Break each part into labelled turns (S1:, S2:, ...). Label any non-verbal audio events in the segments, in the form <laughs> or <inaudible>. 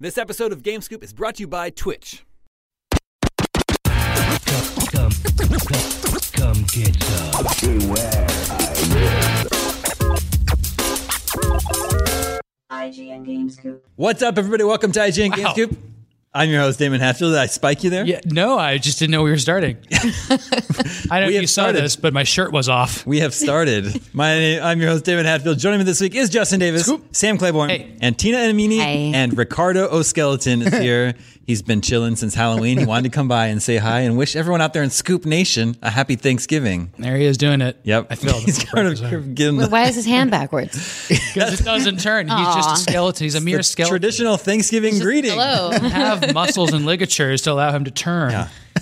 S1: This episode of Game Scoop is brought to you by Twitch.
S2: Come, come, come get some.
S3: IGN Gamescoop.
S1: What's up, everybody? Welcome to IGN Game
S4: Wow.
S1: Scoop. I'm your host, Damon Hatfield. Did I spike you there?
S4: Yeah, no, I just didn't know we were
S5: <laughs>
S4: starting. I don't know
S1: We
S4: if
S1: have
S4: you saw
S1: started.
S4: this, but my shirt was off.
S1: We have
S4: <laughs>
S1: started. My name, I'm your host, David Hatfield. Joining me this week is Justin Davis, Sam Claiborne,
S4: Hey.
S1: and Tina Enamini,
S5: Hey.
S1: and Ricardo O'Skeleton
S4: <laughs>
S1: is here. He's been chilling since Halloween. He wanted to come by and say hi and wish everyone out there in Scoop Nation a happy Thanksgiving.
S4: There he is doing it.
S1: Yep.
S4: I
S1: <laughs>
S4: feel
S1: He's kind of getting
S5: <laughs> Why is his hand backwards?
S4: because it doesn't turn. He's just
S5: Aw.
S4: a skeleton. He's a mere skeleton. <laughs>
S1: traditional Thanksgiving <laughs> greeting.
S5: Hello.
S4: Have muscles and ligatures to allow him to turn.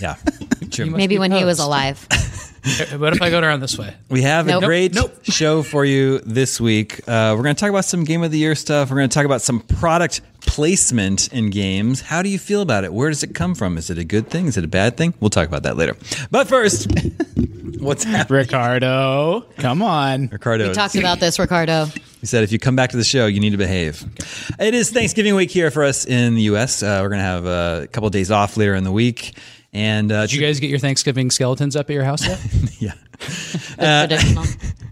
S1: Yeah.
S5: <laughs>
S1: True.
S4: must
S5: <laughs> Maybe
S4: be
S5: when
S1: <laughs>
S5: he was
S4: posed.
S5: alive.
S4: <laughs> What if I go around this way?
S1: We have
S5: Nope.
S1: a great
S4: Nope.
S1: show for you this week. Uh, we're going to talk about some game of the year stuff. We're going to talk about some product placement in games. How do you feel about it? Where does it come from? Is it a good thing? Is it a bad thing? We'll talk about that later. But
S4: <laughs>
S1: first, what's happening?
S6: Ricardo, come on.
S1: <laughs> Ricardo,
S5: We talked about this, Ricardo.
S1: he said, if you come back to the show, you need to behave. It is Thanksgiving week here for us in the U.S. Uh, we're going to have uh, a couple days off later in the week. And uh, <laughs>
S4: Did you guys get your Thanksgiving skeletons up at your house yet?
S5: Traditional.
S1: <laughs>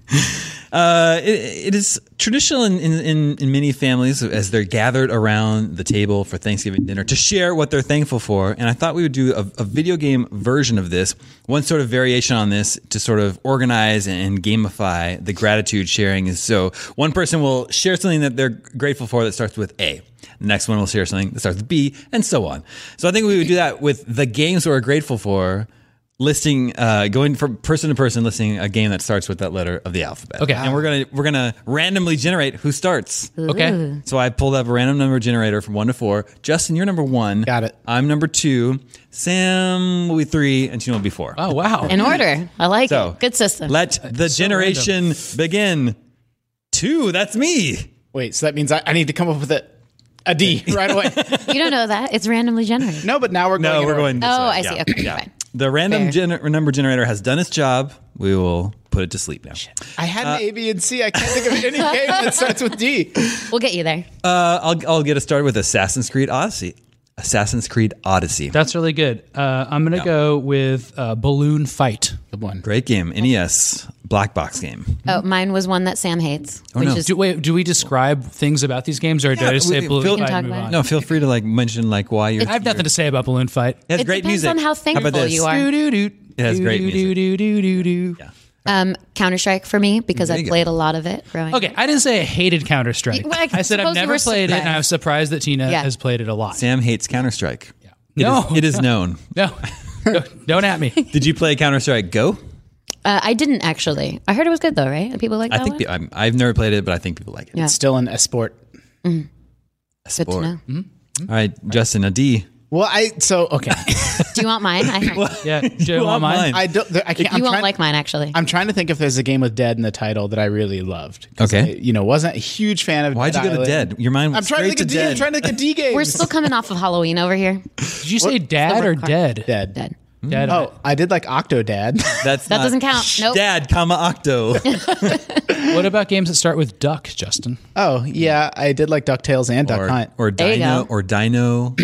S1: Uh, it, it is traditional in, in, in, in many families as they're gathered around the table for Thanksgiving dinner to share what they're thankful for. And I thought we would do a, a video game version of this, one sort of variation on this to sort of organize and gamify the gratitude sharing. Is so one person will share something that they're grateful for that starts with A. The next one will share something that starts with B, and so on. So I think we would do that with the games we're grateful for. Listing, uh, going from person to person, listing a game that starts with that letter of the alphabet.
S4: Okay.
S1: and we're gonna we're gonna randomly generate who starts.
S4: Okay.
S1: So I pulled up a random number generator from one to four. Justin, you're number one.
S6: Got it.
S1: I'm number two. Sam will be three, and Tina will be four.
S4: Oh wow.
S5: In order. I like
S1: So
S5: it. Good system.
S1: Let the generation begin. Two, that's me.
S6: Wait, so that means I, I need to come up with a, a D
S1: <laughs>
S6: right away.
S5: you don't know that. It's randomly generated.
S6: no, but now we're going.
S1: No,
S6: in
S1: we're
S6: order.
S1: going. This way.
S5: Oh, I see.
S1: Yeah.
S5: Okay,
S1: Yeah.
S5: fine.
S1: The random gener- number generator has done its job. We will put it to sleep now.
S6: I had
S1: uh,
S6: an A, B, and C. I can't think of any game
S1: <laughs>
S6: that starts with D.
S5: We'll get you there.
S1: Uh, I'll I'll get us started with Assassin's Creed Odyssey. Assassin's Creed Odyssey.
S4: That's really good. Uh, I'm gonna go with uh, balloon fight.
S6: Good one.
S1: Great game. NES black box game.
S5: Oh, mine was one that Sam hates, which
S1: Oh, no.
S5: is
S4: Do, wait, do we describe things about these games, or do
S1: Yeah,
S4: I just
S1: we-
S4: say
S1: we
S4: balloon
S1: can
S4: fight?
S5: talk
S4: and move
S5: about it.
S4: on?
S1: No, feel free to like mention like why you're.
S4: I have nothing to say about balloon fight.
S1: It has
S5: It
S1: great
S5: depends
S1: music.
S5: on how
S1: about
S5: thankful
S1: this?
S5: you are.
S1: It has great music.
S4: music.
S5: um, Counter Strike for me because
S1: There
S5: I
S1: you go.
S5: played a lot of it growing up.
S4: Okay, I didn't say I hated Counter Strike.
S5: Well, I
S4: I said I've
S5: suppose you
S4: never
S5: were
S4: played it, and
S5: surprised.
S4: I was surprised that Tina
S5: Yeah.
S4: has played it a lot.
S1: Sam hates Counter Strike.
S4: no,
S1: It is known.
S4: no, no, don't at
S1: <laughs>
S4: me.
S1: Did you play Counter Strike Go?
S5: Uh, I didn't actually. I heard it was good though, right? And people like
S1: I
S5: that
S1: think pe- I'm,
S5: one?
S1: I've never played it, but I think people like it.
S5: Yeah.
S6: Still an sport.
S5: good to
S1: Or-
S5: know.
S1: All right, Justin, a D.
S6: Well, I so okay.
S5: Do you want mine?
S1: <laughs>
S5: I,
S4: Yeah, do you want
S1: want
S4: mine?
S1: mine?
S6: I don't. I can't. I'm
S5: you won't
S6: trying,
S5: like mine actually.
S6: I'm trying to think if there's a game with dead in the title that I really loved. 'Cause
S1: Okay.
S6: I, you know, wasn't a huge fan of.
S1: Why'd you
S6: Dead
S1: go to
S6: Island.
S1: Dead? Your mind
S6: I'm
S1: was
S6: trying to
S1: straight
S6: think of D. I'm trying to think
S1: <laughs>
S6: of D games.
S5: We're still coming off of Halloween over here.
S4: Did you say dad or dead?
S6: dead.
S5: Dead.
S4: Dead.
S6: Oh, I did
S1: <laughs>
S6: like Octodad.
S1: That's
S5: That
S1: not-
S5: doesn't count. Nope.
S1: Dad, comma
S5: <laughs>
S1: octo.
S4: What about games that start with duck, Justin?
S6: oh yeah, I did like Ducktales and Duck
S1: or,
S6: Hunt.
S1: or
S5: There you
S1: Dino
S5: go.
S1: or Dino.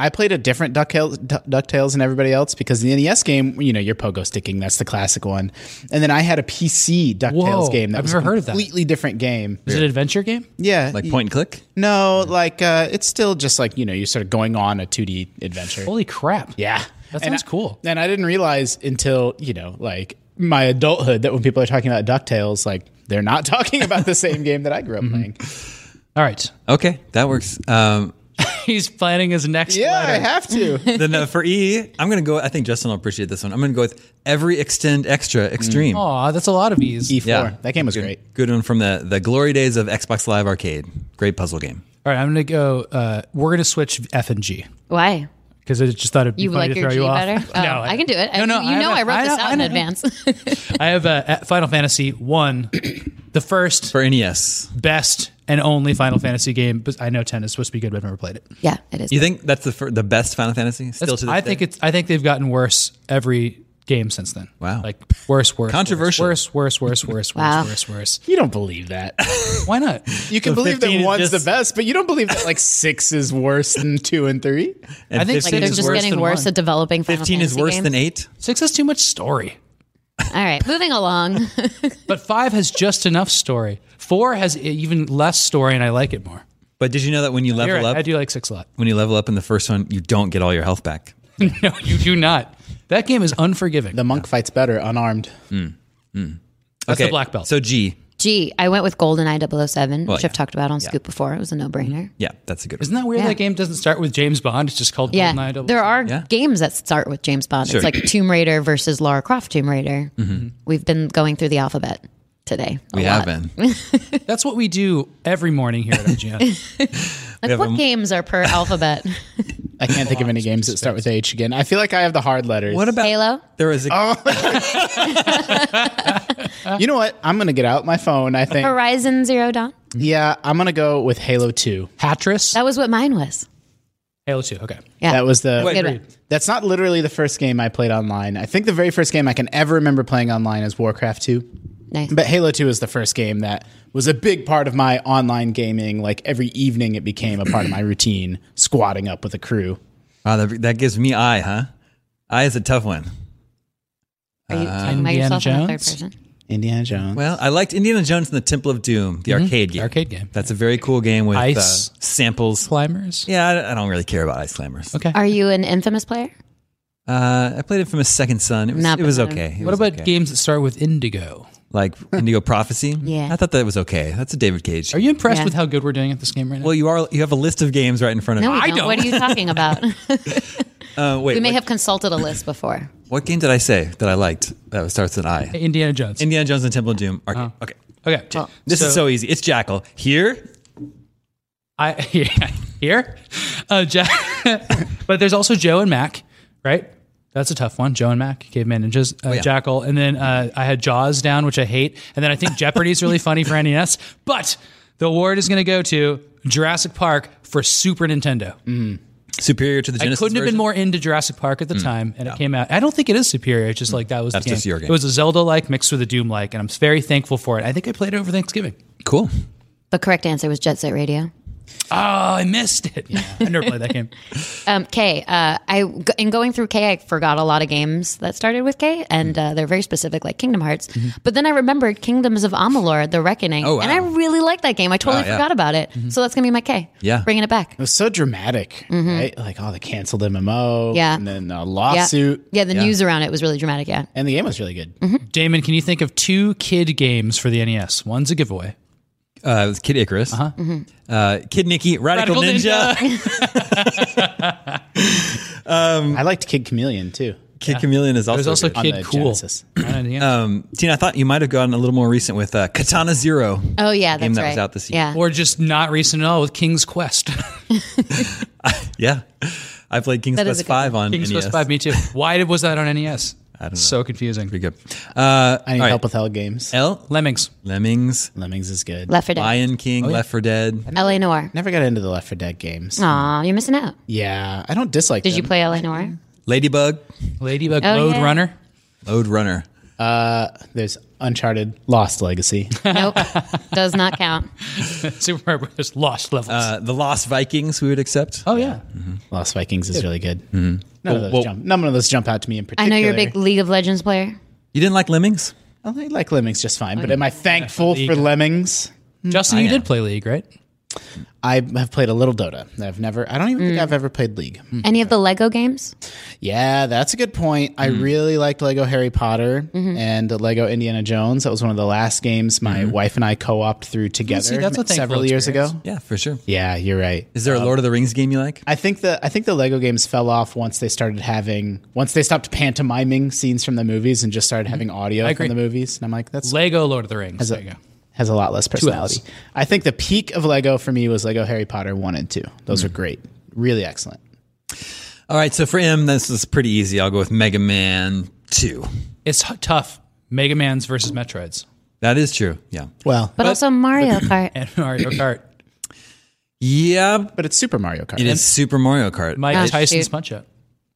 S6: I played a different DuckTales, Du- DuckTales than everybody else because the NES game, you know, you're pogo sticking. That's the classic one. And then I had a PC DuckTales
S4: Whoa,
S6: game that
S4: I've
S6: was
S4: never
S6: a
S4: heard of that.
S6: completely different game.
S4: Is it an adventure game?
S6: Yeah.
S1: Like point and click?
S6: No, like uh, it's still just like, you know, you're sort of going on a 2D adventure.
S4: Holy crap!
S6: yeah.
S4: That
S6: And
S4: sounds
S6: I-
S4: cool.
S6: And I didn't realize until, you know, like my adulthood that when people are talking about DuckTales, like they're not <laughs> talking about the same game that I grew up
S4: Mm-hmm.
S6: playing.
S4: All right, <laughs>
S1: Okay, that works. Um,
S4: he's planning his next
S6: Yeah, I
S4: letter. <laughs>
S6: have to.
S1: then uh, for E, I'm going to go. I think Justin will appreciate this one. I'm going to go with every extend extra extreme.
S4: Aw, that's a lot of these.
S6: E4.
S1: Yeah.
S6: E That game was great.
S1: Good one from the, the glory days of Xbox Live Arcade. Great puzzle game.
S4: All right, I'm gonna go. Uh, we're gonna switch F and G.
S5: Why?
S4: because I just thought it'd be
S5: You
S4: funny
S5: like
S4: to
S5: your
S4: throw
S5: G
S4: you off.
S5: better?
S4: <laughs>
S5: Oh, I, can do it. I, you know,
S4: have
S5: I
S4: a-
S5: wrote this
S4: know-
S5: out
S4: I
S5: in
S4: know.
S5: advance.
S4: I have a a Final Fantasy one, the first
S1: For E NES.
S4: best and only Final Fantasy game. But I know ten is supposed to be good, but I've never played it.
S5: yeah, it is.
S1: You think that's the fir- the best Final Fantasy? Still to this
S4: I think
S1: day?
S4: it's. I think they've gotten worse every game since then.
S1: Wow.
S4: Like worse, worse,
S1: Controversial.
S4: worse, worse, worse, worse, worse,
S5: Wow.
S4: worse, worse.
S6: You don't believe that.
S4: <laughs> Why not?
S6: You can
S1: So
S6: believe that
S1: 15 is
S6: one's
S1: just-
S6: the best, but you don't believe that like six is worse than two and three.
S1: And
S4: I think,
S5: Like
S4: Six
S5: they're
S4: is
S5: just
S4: worse
S5: getting
S4: than
S5: worse
S4: one.
S5: at developing. Final
S1: 15 is
S5: Fantasy
S1: worse
S5: games.
S1: than 8.
S4: Six has too much story,
S5: All right, moving along.
S4: but five has just enough story. Four has e, even less story, and I like it more.
S1: But did you know that when you
S4: You're
S1: level
S4: right,
S1: up,
S4: I do like six a lot. <laughs>
S1: when you level up in the first one, you don't get all your health back?
S4: no, you do not. That game is unforgiving.
S6: The monk fights better unarmed.
S4: That's the black belt.
S1: So G.
S5: Gee, I went with GoldenEye 007,
S1: Well,
S5: which
S1: yeah. Mm-hmm.
S5: I've talked about on Scoop before. It was a no-brainer.
S1: Yeah, that's a good
S4: Isn't that weird?
S5: Yeah.
S4: That game doesn't start with James Bond. It's just called
S5: Yeah,
S4: GoldenEye 007.
S5: there are
S1: Yeah.
S5: games that start with James Bond.
S1: Sure.
S5: It's like Tomb Raider versus Lara Croft Tomb Raider. We've been going through the alphabet today. a
S1: We
S5: lot.
S1: have
S4: <laughs>
S1: been.
S4: That's what we do every morning here at
S5: <laughs>
S4: IGN.
S5: Like,
S1: have
S5: what
S1: a-
S5: games are per alphabet?
S6: I can't think of any games that start with H again. I feel like I have the hard letters.
S1: What about
S5: Halo?
S1: There was a
S4: Oh,
S6: you know what? I'm gonna get out my phone. I think.
S5: Horizon Zero Dawn.
S6: Yeah, I'm gonna go with Halo Two.
S4: Hatris.
S5: That was what mine was.
S4: Halo 2. Okay.
S5: Yeah,
S6: That was the.
S1: Wait,
S5: Good one.
S6: That's not literally the first game I played online. I think the very first game I can ever remember playing online is Warcraft Two.
S5: Nice.
S6: But Halo 2 is the first game that was a big part of my online gaming. Like every evening, it became a part of my routine, squatting up with a crew.
S1: Wow, that, that gives me I, huh? I is a tough one.
S5: Are you talking about
S4: Indiana
S5: yourself in the third
S4: Jones?
S5: person?
S6: Indiana Jones.
S1: Well, I liked Indiana Jones and the Temple of Doom, the arcade game.
S4: Mm-hmm. Arcade game.
S1: That's a very cool game with uh,
S4: Ice.
S1: samples.
S4: Climbers.
S1: Yeah, I, I don't really care about ice climbers.
S4: Okay.
S5: Are you an infamous player?
S1: Uh, I played it from a second son. It was,
S5: Not
S1: it was
S5: bad.
S1: okay. It
S4: what
S1: was
S4: about
S1: okay.
S4: games that start with Indigo?
S5: <laughs>
S1: like Indigo Prophecy?
S5: Yeah.
S1: I thought that was okay. That's a David Cage.
S4: Are you impressed
S5: Yeah.
S4: with how good we're doing at this game right now?
S1: Well, you are. You have a list of games right in front of
S5: No,
S1: you.
S5: we don't. What are you
S1: <laughs>
S5: talking about? <laughs>
S1: Uh, wait,
S5: we may
S1: what,
S5: have consulted a list before.
S1: what game did I say that I liked that starts with I?
S4: Indiana Jones.
S1: Indiana Jones and Temple of Doom. Arcade.
S4: Uh-huh.
S1: Okay,
S4: okay.
S5: Well-
S1: this is so easy. It's Jackal here.
S4: I <laughs> yeah, here, uh, Jack, <laughs> but there's also Joe and Mac, right? That's a tough one. Joe and Mac, Caveman Ninjas, uh,
S1: Oh, yeah.
S4: Jackal, and then uh, I had Jaws down, which I hate, and then I think Jeopardy is really funny for <laughs> NES. But the award is going to go to Jurassic Park for Super Nintendo.
S1: Mm-hmm. Superior to the
S4: I
S1: Genesis.
S4: couldn't have
S1: version.
S4: been more into Jurassic Park at the time, and it came out. I don't think it is superior. It's just like that was
S1: Mm. That's
S4: the game.
S1: just your game.
S4: It was a Zelda like mixed with a Doom like, and I'm very thankful for it. I think I played it over Thanksgiving.
S1: cool.
S5: The correct answer was Jet Set Radio.
S4: Oh,
S1: Ah,
S4: I missed it. I never
S1: <laughs>
S4: played that game.
S5: Um, K, uh, I in going through K, I forgot a lot of games that started with K, and uh, they're very specific, like Kingdom Hearts. But then I remembered Kingdoms of Amalur: The Reckoning,
S1: Mm-hmm. Oh, wow.
S5: and I really liked that game. I totally
S1: Oh, yeah.
S5: forgot about it, so that's gonna be my K.
S1: Yeah.
S5: bringing it back.
S6: It was so dramatic, right? Like, oh, the canceled MMO.
S5: Mm-hmm. Yeah.
S6: And then a
S5: Yeah,
S6: lawsuit.
S5: yeah. The
S1: Yeah.
S5: news around it was really dramatic. Yeah,
S6: And the game was really good.
S5: Mm-hmm.
S4: Damon, can you think of two kid games for the NES? One's a giveaway.
S1: Uh, it was Kid Icarus, uh-huh.
S5: Mm-hmm.
S1: Kid Nikki, Radical,
S4: Radical
S1: Ninja,
S6: I liked Kid Chameleon too.
S1: <laughs> Kid Chameleon is also.
S4: There's also
S1: good.
S6: On
S4: Kid
S6: the
S4: Cool.
S6: Genesis.
S4: Right, yeah.
S1: Um, Tina, I thought you might have gotten a little more recent with uh, Katana Zero.
S5: Oh yeah, that's
S1: game that
S5: right.
S1: was out this year.
S5: Yeah,
S4: or just not recent at all with King's Quest. <laughs>
S1: Yeah, <laughs> I played King's
S5: That is
S1: Quest
S5: a good one.
S1: Five on
S4: King's
S1: NES.
S4: Quest 5, me too. Why was that on NES? I
S1: E don't know.
S4: So confusing.
S1: Pretty good. Uh,
S6: I need
S1: all right.
S6: help with Hell Games.
S1: L
S4: Lemmings.
S1: Lemmings,
S6: Lemmings is good.
S5: Left 4 Dead,
S1: Lion King, Left for Dead.
S5: LA Noir.
S6: Never got into the Left 4 Dead games.
S5: Aw, you're missing out.
S6: Yeah. I don't dislike
S5: Did
S6: them.
S5: you play LA Noir?
S1: Ladybug,
S4: Ladybug
S5: Oh,
S4: Load
S5: yeah.
S4: Runner. <laughs>
S1: Load Runner.
S6: There's Uncharted Lost Legacy.
S5: Nope, does not count.
S4: Super Mario Brothers Lost Levels.
S1: Uh, the Lost Vikings, we would accept.
S4: oh, yeah.
S6: Lost Vikings is really good. None, of those
S1: well-
S6: jump, none of those jump out to me in
S5: I
S6: particular.
S5: know you're a big League of Legends player.
S1: You didn't like Lemmings?
S6: I like Lemmings just fine, but am I thankful for Lemmings?
S4: Justin, you did play League, right?
S6: I have played a little Dota. I've never. I don't even
S5: Mm.
S6: think I've ever played League.
S5: Any of the Lego games?
S6: Yeah, that's a good point. I
S4: Mm.
S6: really liked Lego Harry Potter
S4: Mm-hmm.
S6: and Lego Indiana Jones. That was one of the last games my wife and I co-opted through together
S4: Oh, see, that's a thankful
S6: several years
S4: experience.
S6: ago.
S1: Yeah, for sure. Um,
S6: Yeah, you're right.
S1: Is there a Lord of the Rings game you like?
S6: I think the I think the Lego games fell off once they started having once they stopped pantomiming scenes from the movies and just started having audio
S4: Mm-hmm. agree.
S6: from the movies. And I'm like, that's
S4: Lego Lord of the Rings.
S6: has
S4: There you
S6: a,
S4: go.
S6: has a lot less personality.
S4: L's.
S6: I think the peak of Lego for me was Lego Harry Potter 1 and 2.
S4: Mm.
S6: Those are great. Really excellent.
S1: All right, so for M, this is pretty easy. I'll go with Mega Man Two.
S4: It's h- tough. Mega Man's versus Metroids <laughs>
S1: That is true. Yeah.
S6: Well,
S5: But, also Mario Kart.
S4: and Mario Kart.
S1: Yeah,
S6: but it's Super Mario Kart.
S1: it is Super Mario Kart.
S4: Mike
S5: Oh,
S4: Tyson's
S5: shoot.
S4: Punch Out.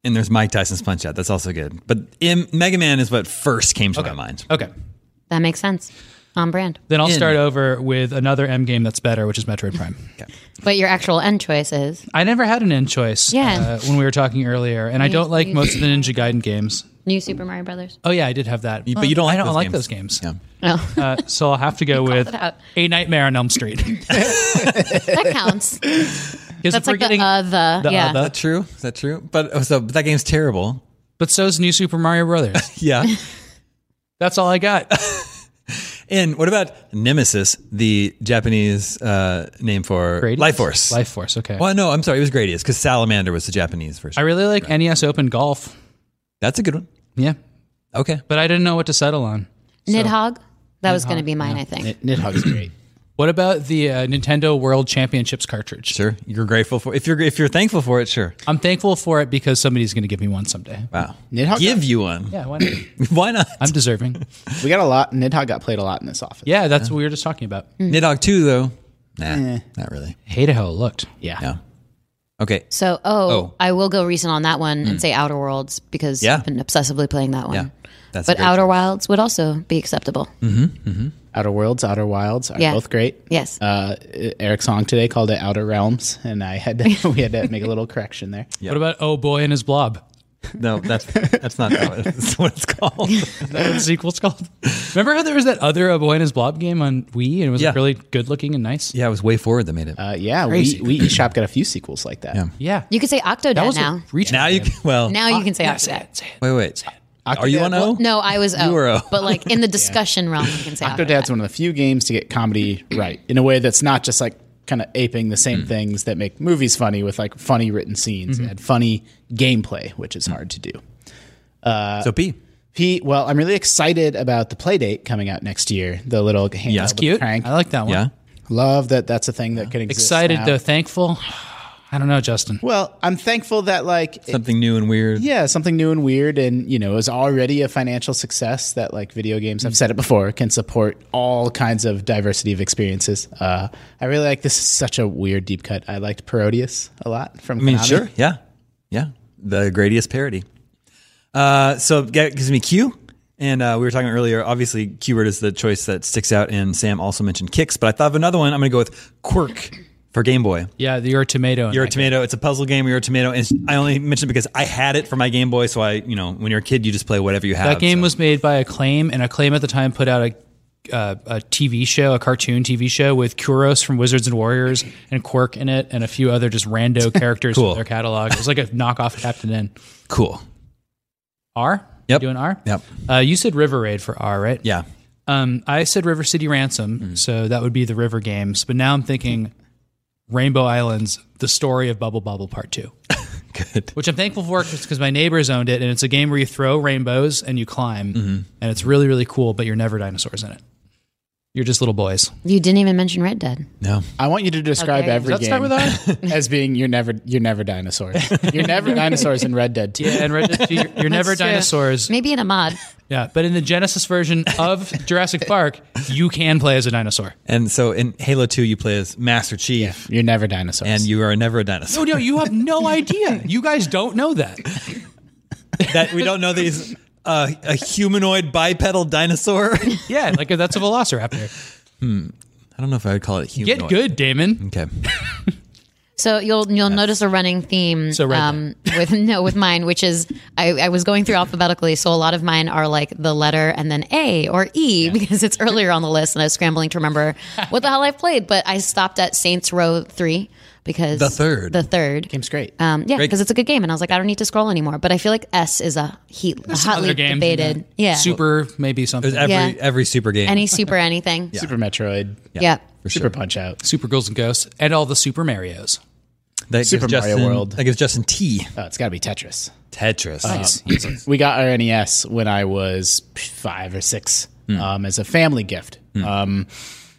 S1: and there's Mike Tyson's Punch Out. That's also good. But M- Mega Man is what first came to my mind.
S4: Okay.
S5: That makes sense. On brand.
S4: Then I'll
S1: In.
S4: start over with another M game that's better, which is Metroid Prime.
S5: But your actual end choice is
S4: I never had an end choice
S5: Yeah.
S4: uh, when we were talking earlier, and I don't like most of the Ninja Gaiden games.
S5: New Super Mario Brothers.
S4: Oh, yeah, I did have that.
S1: But you don't like
S4: I don't
S1: those
S4: like
S1: games.
S4: those games.
S1: Yeah.
S5: Oh, <laughs>
S4: Uh, so I'll have to go with
S5: it out.
S4: A Nightmare on Elm
S5: <laughs>
S4: Street.
S5: that counts. That's like uh, the other.
S4: the
S5: yeah.
S4: other.
S1: Is that true? Is that true? But oh, so but that game's terrible.
S4: But so's New Super Mario
S1: <laughs>
S4: Brothers.
S1: Yeah.
S4: That's all I got.
S1: and what about Nemesis, the Japanese uh, name for
S4: Gradius?
S1: Life Force?
S4: Life Force. Okay.
S1: Well, no, I'm sorry. It was Gradius because Salamander was the Japanese
S4: I
S1: version.
S4: really like NES Open Golf.
S1: That's a good one.
S4: Yeah,
S1: Okay.
S4: but I didn't know what to settle on.
S5: Nidhogg. That was going to be mine, I think.
S6: Nidhogg's great.
S4: What about the uh, Nintendo World Championships cartridge?
S1: Sure. You're grateful for if you're if you're thankful for it, sure.
S4: I'm thankful for it because somebody's going to give me one someday.
S1: Wow.
S6: Nidhogg-
S1: Give you one.
S4: Yeah, why not?
S1: <laughs> Why not? <laughs>
S4: I'm deserving.
S6: We got a lot. Nidhogg got played a lot in this office.
S4: Yeah, that's what we were just talking about.
S5: Mm.
S1: Nidhogg 2 though. Nah. Not really.
S4: Hated how it looked.
S6: Yeah.
S1: Yeah. Okay.
S5: So, oh,
S1: Oh.
S5: I will go recent on that one and say Outer Worlds because
S1: Yeah.
S5: I've been obsessively playing that one.
S1: Yeah. That's a
S5: but
S1: great
S5: Outer
S1: choice.
S5: Wilds would also be acceptable.
S6: Outer Worlds, Outer Wilds are
S5: Yeah.
S6: both great.
S5: Yes.
S6: Uh, Eric's song today called it Outer Realms, and I had
S4: <laughs>
S6: to, we had to make a little correction there.
S1: Yeah.
S4: What about Oh Boy and His Blob?
S1: No, that's that's not that's <laughs> what it's called.
S4: Is that what the sequel's called? Remember how there was that other Oh Boy and His Blob game on Wii and it was like,
S1: Yeah.
S4: really good looking and nice?
S1: yeah, it was way forward that made it.
S6: Uh, yeah, we,
S4: Crazy.
S6: we eShop got a few sequels like that.
S1: Yeah.
S4: Yeah.
S5: You could say Octodad
S4: that was
S5: now.
S4: A reach
S1: now you
S4: game.
S1: can, well.
S5: now you can say
S4: Yeah,
S5: Octodad.
S4: say it, say it.
S1: wait, wait. Are you on O?
S5: No, I was O.
S1: were O.
S5: But like
S1: <laughs>
S5: in the discussion realm, you can say Octodad.
S6: Octodad's one of the few games to
S4: <clears throat>
S6: get comedy right in a way that's not just like kind of aping the
S1: Mm.
S6: same things that make movies funny with like funny written scenes
S4: Mm-hmm.
S6: and funny gameplay, which is hard to do.
S1: so P.
S6: Pete, well, I'm really excited about the play date coming out next year. The little handheld
S1: That's
S6: with
S4: Cute.
S6: Crank.
S4: I like that one.
S1: Yeah.
S6: Love that that's a thing that can exist.
S4: Excited
S6: now.
S4: though, thankful. I don't know, Justin.
S6: Well, I'm thankful that like
S1: Something new and weird.
S6: yeah, something new and weird, and you know, is already a financial success that like video games.
S1: Mm.
S6: I've said it before, can support all kinds of diversity of experiences. Uh, I really like this. Is such a weird deep cut. I liked Parodius a lot from.
S1: I mean,
S6: Konami.
S1: sure. Yeah. Yeah. The Gradius parody. Uh, so that gives me Q. And uh, we were talking earlier, obviously, keyword is the choice that sticks out. And Sam also mentioned kicks, but I thought of another one. I'm going to go with Quirk for Game Boy.
S4: Yeah, the your tomato. in
S1: You're a
S4: that
S1: tomato. It's a puzzle game. You're a tomato. And I only mentioned it because I had it for my Game Boy. So I, you know, when you're a kid, you just play whatever you have.
S4: That game
S1: so-
S4: was made by Acclaim, and Acclaim at the time put out a uh, a TV show, a cartoon TV show with Kuros from Wizards and Warriors and Quirk in it, and a few other just
S1: <laughs>
S4: rando characters
S1: Cool.
S4: from their catalog. It was like a knockoff Captain N.
S1: cool.
S4: R.
S1: Yep.
S4: You doing R?
S1: Yep.
S4: Uh, you said River Raid for R, right?
S1: Yeah.
S4: Um, I said River City Ransom, so that would be the River Games. But now I'm thinking Rainbow Islands: The Story of Bubble Bobble Part Two,
S1: Good.
S4: which I'm thankful for because my neighbors owned it, and it's a game where you throw rainbows and you climb, and it's really really cool. But you're never dinosaurs in it; you're just little boys.
S5: You didn't even mention Red Dead.
S1: No.
S6: I want you to describe
S5: Okay.
S6: every
S4: Let's start
S6: game
S4: with R.
S6: <laughs> as being you're never you're never dinosaurs. you're
S1: <laughs>
S6: never dinosaurs in Red Dead. 2.
S4: yeah, and Red Dead 2, you're, you're never
S5: That's true.
S4: dinosaurs.
S5: Maybe in a mod.
S4: Yeah, but in the Genesis version of Jurassic Park, you can play as a dinosaur.
S1: And so in Halo 2, you play as Master Chief,
S6: You're never dinosaurs.
S1: and you are never a dinosaur.
S4: Oh no, you have no idea. You guys don't know that.
S1: that we don't know that he's uh, a humanoid bipedal dinosaur. I
S4: Yeah, like that's a velociraptor. <laughs>
S1: don't know if I would call it humanoid.
S4: Get good, Damon.
S1: Okay.
S5: So you'll you'll notice a running theme um,
S4: So Red
S5: <laughs> with no with mine, which is I, I was going through alphabetically, so a lot of mine are like the letter and then A or E because it's earlier on the list, and I was scrambling
S1: <laughs>
S5: to remember what the hell I've played. But I stopped at Saints Row three because
S1: The third.
S5: the third
S6: game's great.
S5: Um, yeah,
S1: Great.
S5: because it's a good game, and I was like, I don't need to scroll anymore. But I feel like S is a heat, hotly
S4: other games in
S5: debated,
S4: that.
S5: yeah,
S4: Super, maybe something.
S1: Every
S5: Yeah.
S1: every super game.
S5: any super anything, yeah.
S6: Super Metroid.
S1: for
S6: Super Punch Out.
S4: Super Girls and Ghosts, and all the Super Marios.
S1: That gives
S6: Super Mario
S1: Justin,
S6: World.
S1: That gives Justin T. Um,
S6: Oh, it's got to be Tetris.
S1: Tetris.
S6: we got our NES when I was five or six um, as a family gift. Um,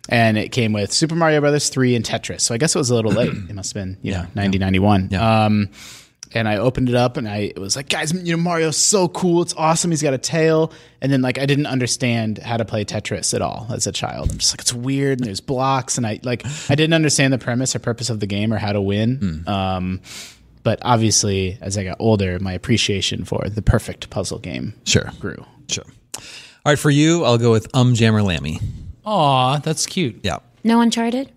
S6: and it came with Super Mario Brothers 3 and Tetris. So I guess it was a little late. It must have been, you know, 90, 91. Um, and I opened it up and I was like, guys, you know, Mario's so cool. It's awesome. He's got a tail. And then, like, I didn't understand how to play Tetris at all as a child. I'm just like, it's weird and there's blocks. And I, like, I didn't understand the premise or purpose of the game or how to win. Um, But obviously, as I got older, my appreciation for the perfect puzzle game
S1: Sure.
S6: grew.
S1: Sure. All right, for you, I'll go with Um Jammer Lammy.
S4: Aw, that's cute.
S1: Yeah.
S5: No Uncharted?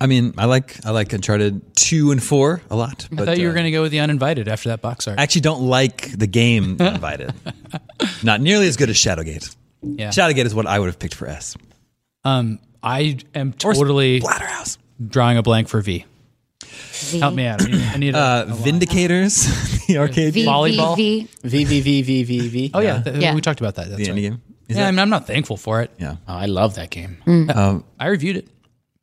S1: I mean, I like I like Uncharted two and four a lot. But
S4: I thought you were
S1: uh,
S4: going to go with the uninvited after that box art.
S1: I actually don't like the
S4: <laughs>
S1: game Invited. Not nearly as good as Shadowgate.
S4: yeah.
S1: Shadowgate is what I would have picked for S.
S4: Um, I am
S1: Or
S4: totally
S1: Splatterhouse.
S4: drawing a blank for V.
S5: V.
S4: Help me out. I need, I need a,
S1: Uh, Vindicators, <laughs> the arcade
S5: V,
S1: game.
S4: Volleyball?
S5: V, V.
S6: V V V V V V.
S4: oh yeah, th-
S5: Yeah.
S4: we talked about that. That's
S1: The
S4: right.
S1: indie game. Is
S4: Yeah,
S1: that-
S4: I mean, I'm not thankful for it.
S1: yeah.
S6: Oh, I love that game.
S4: I reviewed it.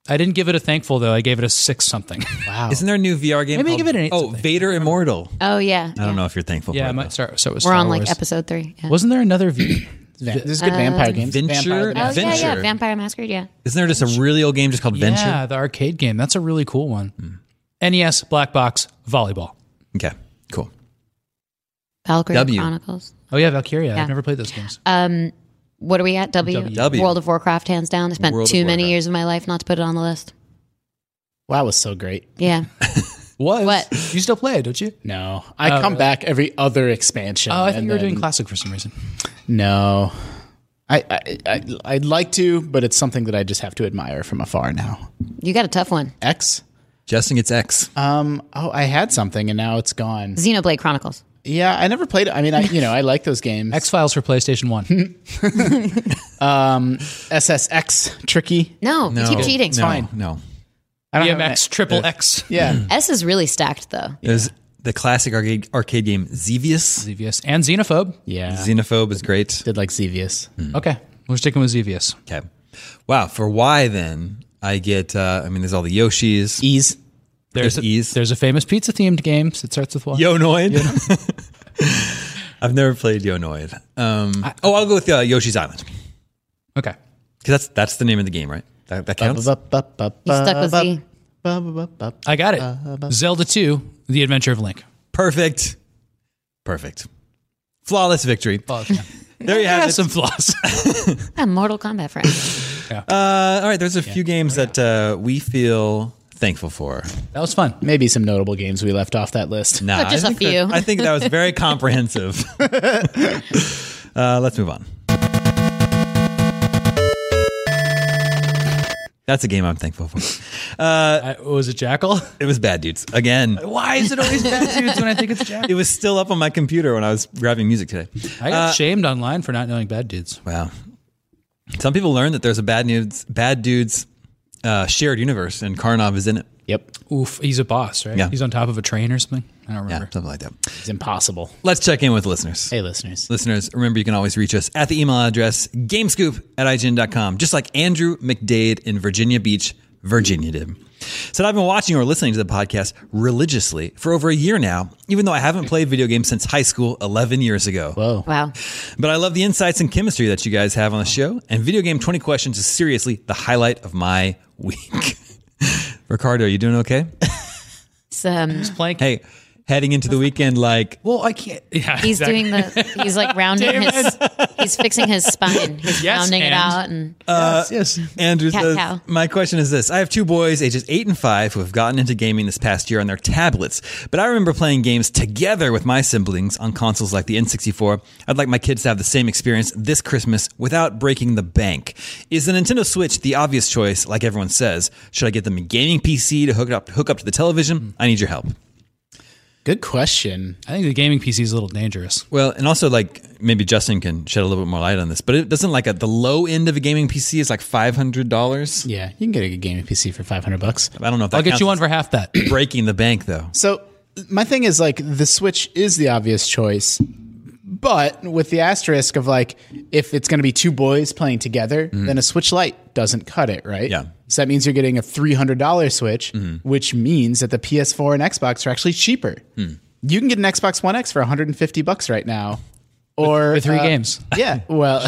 S4: I didn't give it a thankful though. I gave it a six
S1: <laughs>
S4: something.
S6: Wow.
S1: Isn't there a new VR game?
S4: Maybe
S1: called-
S4: give it an eight
S1: Oh,
S4: something.
S1: Vader Immortal.
S5: Oh, yeah.
S1: I don't know if you're thankful
S4: <laughs> yeah, I
S1: for
S4: might
S1: that.
S4: start. So it was
S5: We're
S4: Star
S5: on like
S4: Wars.
S5: episode Uh, three. Yeah.
S4: Wasn't there
S1: <coughs>
S4: another V?
S6: There's this is good vampire games.
S1: Venture.
S6: Vampire the
S5: Oh, yeah, yeah.
S1: Venture.
S5: Vampire Masquerade, yeah.
S1: Isn't there just a really old game just called Venture?
S4: Yeah, the arcade game. That's a really cool one.
S1: Hmm.
S4: NES Black Box Volleyball.
S1: Okay, cool.
S5: Valkyrie
S1: W.
S5: Chronicles.
S4: Oh yeah, Valkyria.
S5: Yeah. Uh,
S4: I've never played those games.
S5: What are we at? W?
S1: W.
S5: World of Warcraft, hands down. I spent
S1: World of
S5: too many
S1: Warcraft.
S5: years of my life not to put it on the list.
S6: Wow was so great.
S1: <laughs>
S5: Yeah.
S4: was
S5: what?
S4: you still play it, don't you?
S6: No, I come back every other expansion.
S4: uh, Oh, I think
S6: and
S4: you were
S6: then-
S4: doing classic for some reason.
S6: No, I, I, I I'd like to, but it's something that I just have to admire from afar now.
S5: You got a tough one.
S6: X.
S1: Justin gets X.
S6: Um. Oh, I had something and now it's gone.
S5: Xenoblade Chronicles.
S6: Yeah, I never played it. I mean, I you know I like those games.
S4: X Files for PlayStation <laughs> One.
S6: SSX tricky.
S5: No, you keep cheating.
S1: No,
S6: fine.
S1: No.
S6: I don't have
S4: BMX Triple E X.
S6: it.
S4: <clears throat>
S6: Yeah.
S5: S is really stacked, though.
S1: There's the classic arcade, arcade game Xevious.
S4: Xevious and Xenophobe.
S6: Yeah.
S1: Xenophobe is great.
S6: Did like Xevious.
S4: Okay, we're sticking with Xevious.
S1: Okay. Wow. For Y, then I get. Uh, I mean, there's all the Yoshis.
S6: Ease.
S4: There's,
S1: There's
S4: a,
S1: Ease.
S4: There's a famous pizza themed game that starts with one.
S1: Yonoid. <laughs> I've never played Yonoid. Um, oh, I'll go with uh, Yoshi's Island
S4: Okay.
S1: because that's that's the name of the game, right? That, that counts.
S5: You stuck with Z.
S4: I got it.
S5: Uh-huh.
S4: Zelda 2, The Adventure of Link.
S1: Perfect. Perfect. Flawless victory.
S4: Oh,
S1: There you
S4: It
S1: have
S4: has
S1: it.
S4: <laughs> some <laughs> flaws.
S5: Ah, Mortal Kombat friend.
S1: Uh, all right. There's a few games that uh, we feel thankful for.
S4: that was fun.
S6: Maybe some notable games we left off that list.
S1: Nah,
S5: Just
S1: I
S5: a
S1: think that-
S5: few.
S1: I think that was
S5: <laughs>
S1: very comprehensive. uh, let's move on. That's a game I'm thankful for.
S4: I, Uh, was it Jackal?
S1: It was Bad Dudes again.
S4: <laughs> Why is it always bad dudes when I think it's Jackal?
S1: It was still up on my computer when I was grabbing music today.
S4: I got shamed online for not knowing bad dudes.
S1: Wow. Some people learn that there's a Bad Dudes, Bad Dudes uh, shared universe, and Karnov is in it.
S6: Yep.
S4: Oof, he's a boss, right?
S1: Yeah.
S4: He's on top of a train or something. I don't
S1: Yeah,
S4: remember.
S1: something like that.
S6: It's impossible.
S1: Let's check in with listeners.
S6: Hey, listeners.
S1: Listeners, remember you can always reach us at the email address gamescoop at IGN.com, just like Andrew McDade in Virginia Beach, Virginia did. Said I've been watching or listening to the podcast religiously for over a year now, even though I haven't played video games since high school 11 years ago.
S6: Whoa.
S5: Wow.
S1: But I love the insights and chemistry that you guys have on the show, and Video Game 20 Questions is seriously the highlight of my <laughs> week. Ricardo, you doing okay?
S5: It's, um,
S4: Plank.
S1: Hey, heading into the weekend like
S4: Well, I can't. Yeah,
S5: he's
S4: exactly.
S5: doing the. He's
S4: <laughs>
S5: like rounding his. He's fixing his spine. He's
S4: Yes,
S5: rounding
S4: and-
S5: it out, and
S6: Uh,
S4: yes. yes.
S1: Andrew
S5: Cat
S1: says,
S5: cow.
S1: My question is this I have two boys, ages eight and five, who have gotten into gaming this past year on their tablets. But I remember playing games together with my siblings on consoles like the N64. I'd like my kids to have the same experience this Christmas without breaking the bank. Is the Nintendo Switch the obvious choice, like everyone says? Should I get them a gaming PC to hook it up, hook up to the television? I need your help.
S6: Good question.
S4: I think the gaming PC is a little dangerous.
S1: Well, and also like maybe Justin can shed a little bit more light on this, but it doesn't like a, the low end of a gaming PC is like five hundred dollars.
S6: Yeah, you can get a good gaming PC for 500 bucks.
S1: I don't know if that
S4: I'll get
S1: counts
S4: you
S1: as
S4: one for half that.
S1: breaking the bank though.
S6: So my thing is like the Switch is the obvious choice, but with the asterisk of like if it's going to be two boys playing together,
S4: Mm.
S6: then a Switch Lite doesn't cut it, right?
S1: Yeah.
S6: So that means you're getting a three hundred dollar Switch,
S4: Mm-hmm.
S6: which means that the PS4 and Xbox are actually cheaper.
S4: Hmm.
S6: You can get an Xbox One X for 150 bucks right now, or
S4: For three
S6: uh,
S4: games.
S6: <laughs> Yeah, well,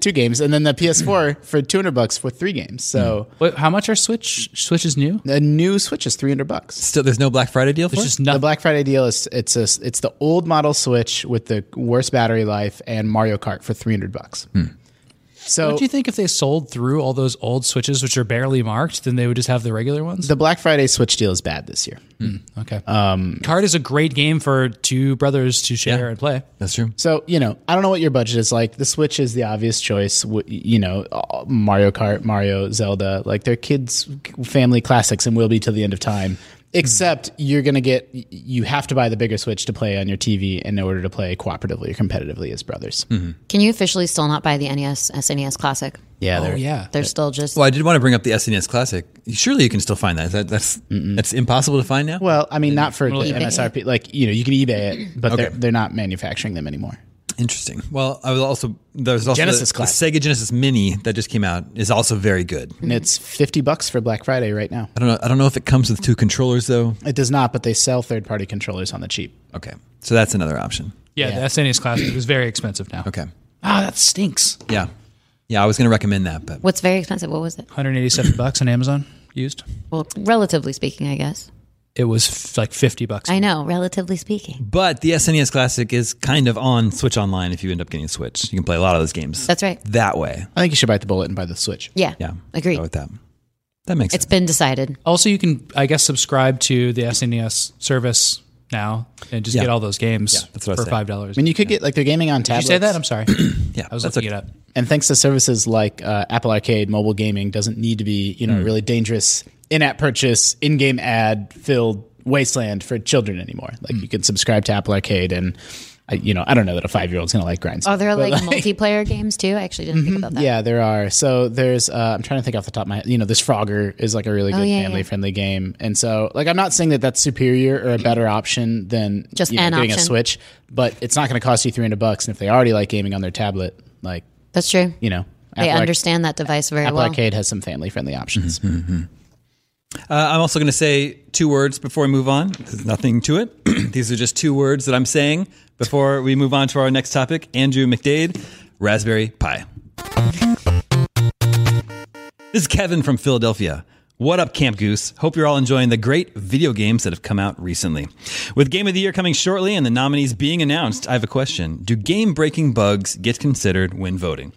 S6: two games, and then the PS4 for 200 bucks for three games. So
S4: Wait, how much are Switch? Switch is new?
S6: a new Switch is 300 bucks.
S1: Still, there's no Black Friday deal for
S4: There's
S1: it?
S4: just
S6: The
S4: nothing.
S6: Black Friday deal is it's a it's the old model Switch with the worst battery life and Mario Kart for three hundred bucks. So
S4: Do Hmm. you think if they sold through all those old Switches, which are barely marked, then they would just have the regular ones?
S6: the Black Friday Switch deal is bad this year.
S4: Hmm. okay.
S6: um,
S4: Card is a great game for two brothers to share and play.
S1: That's true.
S6: So you know, I don't know what your budget is like. The Switch is the obvious choice. W- You know, all- Mario Kart, Mario, Zelda, like they're kids' family classics, and will be till the end of time.
S4: Hmm.
S6: Except you're gonna get, you have to buy the bigger Switch to play on your TV in order to play cooperatively or competitively as brothers.
S4: Hmm.
S5: Can you officially still not buy the E NES SNES Classic?
S6: Yeah,
S4: Oh yeah.
S5: They're still just
S1: Well, I did want to bring up the SNES Classic. Surely you can still find that. Is that that's that's impossible to find now.
S6: Well, I mean, not for the
S5: eBay.
S6: MSRP. Like you know, you can eBay it, but they're they're not manufacturing them anymore.
S1: Interesting. Well, I was also there's also
S6: Genesis
S1: the, the
S6: Classic.
S1: Sega Genesis Mini that just came out is also very good.
S6: And it's fifty bucks for Black Friday right now.
S1: I don't know. I don't know if it comes with two controllers though.
S6: It does not, but they sell third party controllers on the cheap.
S1: Okay, so that's another option.
S4: Yeah, the SNES Classic is very expensive now.
S1: Okay.
S4: Ah, that stinks.
S1: Yeah. Yeah, I was going to recommend that, but
S5: what's very expensive. What was it?
S4: 187 bucks on Amazon used.
S5: Well, relatively speaking, I guess.
S4: It was f- like 50 bucks.
S5: I know, relatively speaking.
S1: but the SNES Classic is kind of on Switch Online. If you end up getting a Switch, you can play a lot of those games.
S5: That's right.
S1: that way.
S6: I think you should bite the bullet and buy the Switch.
S5: Yeah.
S1: Yeah, Oh,
S5: Agreed.
S1: Go with that. That makes
S5: It's
S1: sense.
S5: been decided.
S4: Also, you can, I guess, subscribe to the SNES service now and just
S1: Yeah.
S4: get all those games
S1: that's what I was
S4: for
S1: saying.
S4: five dollars.
S6: I mean, you could get like they're gaming on
S4: Did you
S6: tablets.
S4: say that? I'm sorry.
S1: <clears throat> Yeah,
S4: I was
S1: that's
S4: looking
S1: okay.
S4: it up.
S6: and thanks to services like uh, Apple Arcade, mobile gaming doesn't need to be you know
S4: Hmm.
S6: a really dangerous in-app purchase, in-game ad filled wasteland for children anymore. Like
S4: Hmm.
S6: you can subscribe to Apple Arcade, and I, you know I don't know that a five-year-old's gonna like grind.
S5: Are there
S6: But,
S5: Oh,
S6: <laughs>
S5: like, multiplayer games too? I actually didn't think about that.
S6: Yeah, there are. So there's, uh, I'm trying to think off the top of my head. You know, this Frogger is like a really good
S5: Oh, yeah, yeah.
S6: family friendly game. And so, like, I'm not saying that that's superior or a better option than
S5: Just
S6: you know,
S5: an
S6: getting a
S5: option.
S6: Switch, but it's not going to cost you 300 bucks. And if they already like gaming on their tablet, like,
S5: That's true.
S6: you know,
S5: They
S6: Apple Arc-
S5: understand that device very
S6: Apple
S5: well.
S6: Arcade has some family friendly options.
S1: Uh, I'm also going to say two words before we move on. There's nothing to it. <clears throat> These are just two words that I'm saying before we move on to our next topic. Andrew McDade, Raspberry Pi. This is Kevin from Philadelphia. What up, Camp Goose? Hope you're all enjoying the great video games that have come out recently. With Game of the Year coming shortly and the nominees being announced, I have a question. Do game breaking bugs get considered when voting?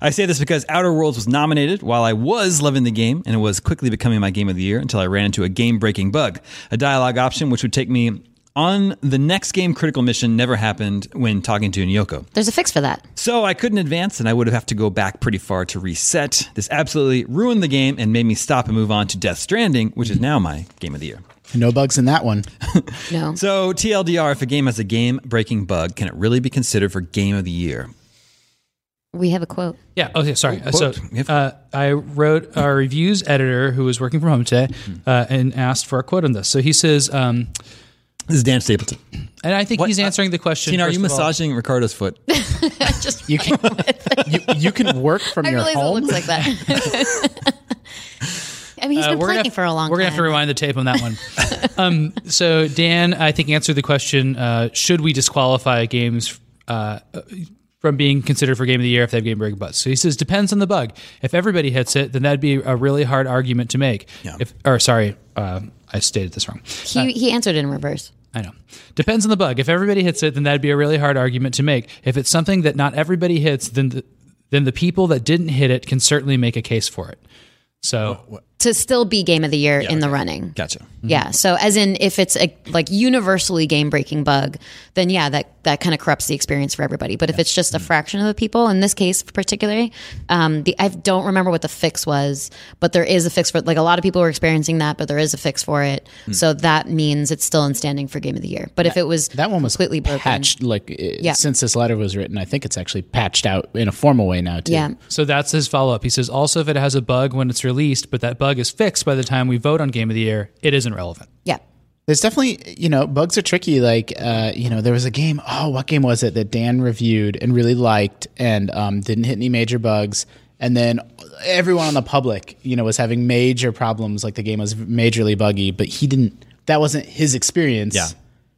S1: I say this because Outer Worlds was nominated while I was loving the game, and it was quickly becoming my Game of the Year until I ran into a game breaking bug, a dialogue option which would take me on the next game critical mission never happened when talking to Nyoko.
S5: There's a fix for that.
S1: So I couldn't advance, and I would have to go back pretty far to reset. This absolutely ruined the game and made me stop and move on to Death Stranding, which is now my game of the year.
S6: No bugs in that one.
S5: No.
S1: So TLDR, if a game has a game-breaking bug, can it really be considered for game of the year?
S5: we have a quote.
S4: Yeah. Okay. Sorry. Uh, So
S1: Oh, Yep.
S4: uh, I wrote our reviews editor who was working from home today
S1: Mm-hmm.
S4: uh, and asked for a quote on this. So he says, um,
S1: This is Dan Stapleton.
S4: and I think
S1: What? Uh,
S4: he's answering the question.
S1: Tina, are
S4: first
S1: you
S4: of all.
S1: massaging Ricardo's foot? <laughs>
S5: Just <laughs>
S6: You can, you, you can work from
S5: I
S6: your
S5: realize it
S6: home.
S5: looks like that. I mean, he's
S4: Uh,
S5: been
S4: we're
S5: playing
S4: gonna
S5: for a long
S4: We're
S5: time.
S4: gonna have to rewind the tape on that one.
S5: <laughs>
S4: um, so Dan, I think answered the question: uh, Should we disqualify games uh, from being considered for game of the year if they have game breaking bugs? So he says depends on the bug. If everybody hits it, then that'd be a really hard argument to make.
S1: Yeah.
S4: If or sorry, uh, I stated this wrong.
S5: he, he answered in reverse.
S4: I know. Depends on the bug. If everybody hits it, then that'd be a really hard argument to make. If it's something that not everybody hits, then the, then the people that didn't hit it can certainly make a case for it. So
S5: To still be game of the year in the running.
S1: Gotcha.
S6: Mm-hmm.
S5: Yeah. So as in if it's a like universally game breaking bug, then yeah, that that kind of corrupts the experience for everybody. But if it's just
S6: Mm-hmm.
S5: a fraction of the people, in this case particularly, um, the I don't remember what the fix was, but there is a fix for like a lot of people were experiencing that, but there is a fix for it. So that means it's still in standing for game of the year. But if it was
S6: Hmm. That one was
S5: completely broken,
S6: patched. Like it-
S5: Yeah.
S6: since this letter was written, I think it's actually patched out in a formal way now too.
S5: yeah.
S4: So that's his follow up. He says also if it has a bug when it's released, but that bug is fixed by the time we vote on Game of the Year, it isn't relevant.
S5: Yeah.
S6: There's definitely, you know, bugs are tricky. Like, uh, you know, there was a game. Oh, what game was it that Dan reviewed and really liked and um, didn't hit any major bugs? And then everyone on the public, you know, was having major problems. Like the game was majorly buggy, but he didn't. That wasn't his experience.
S1: Yeah.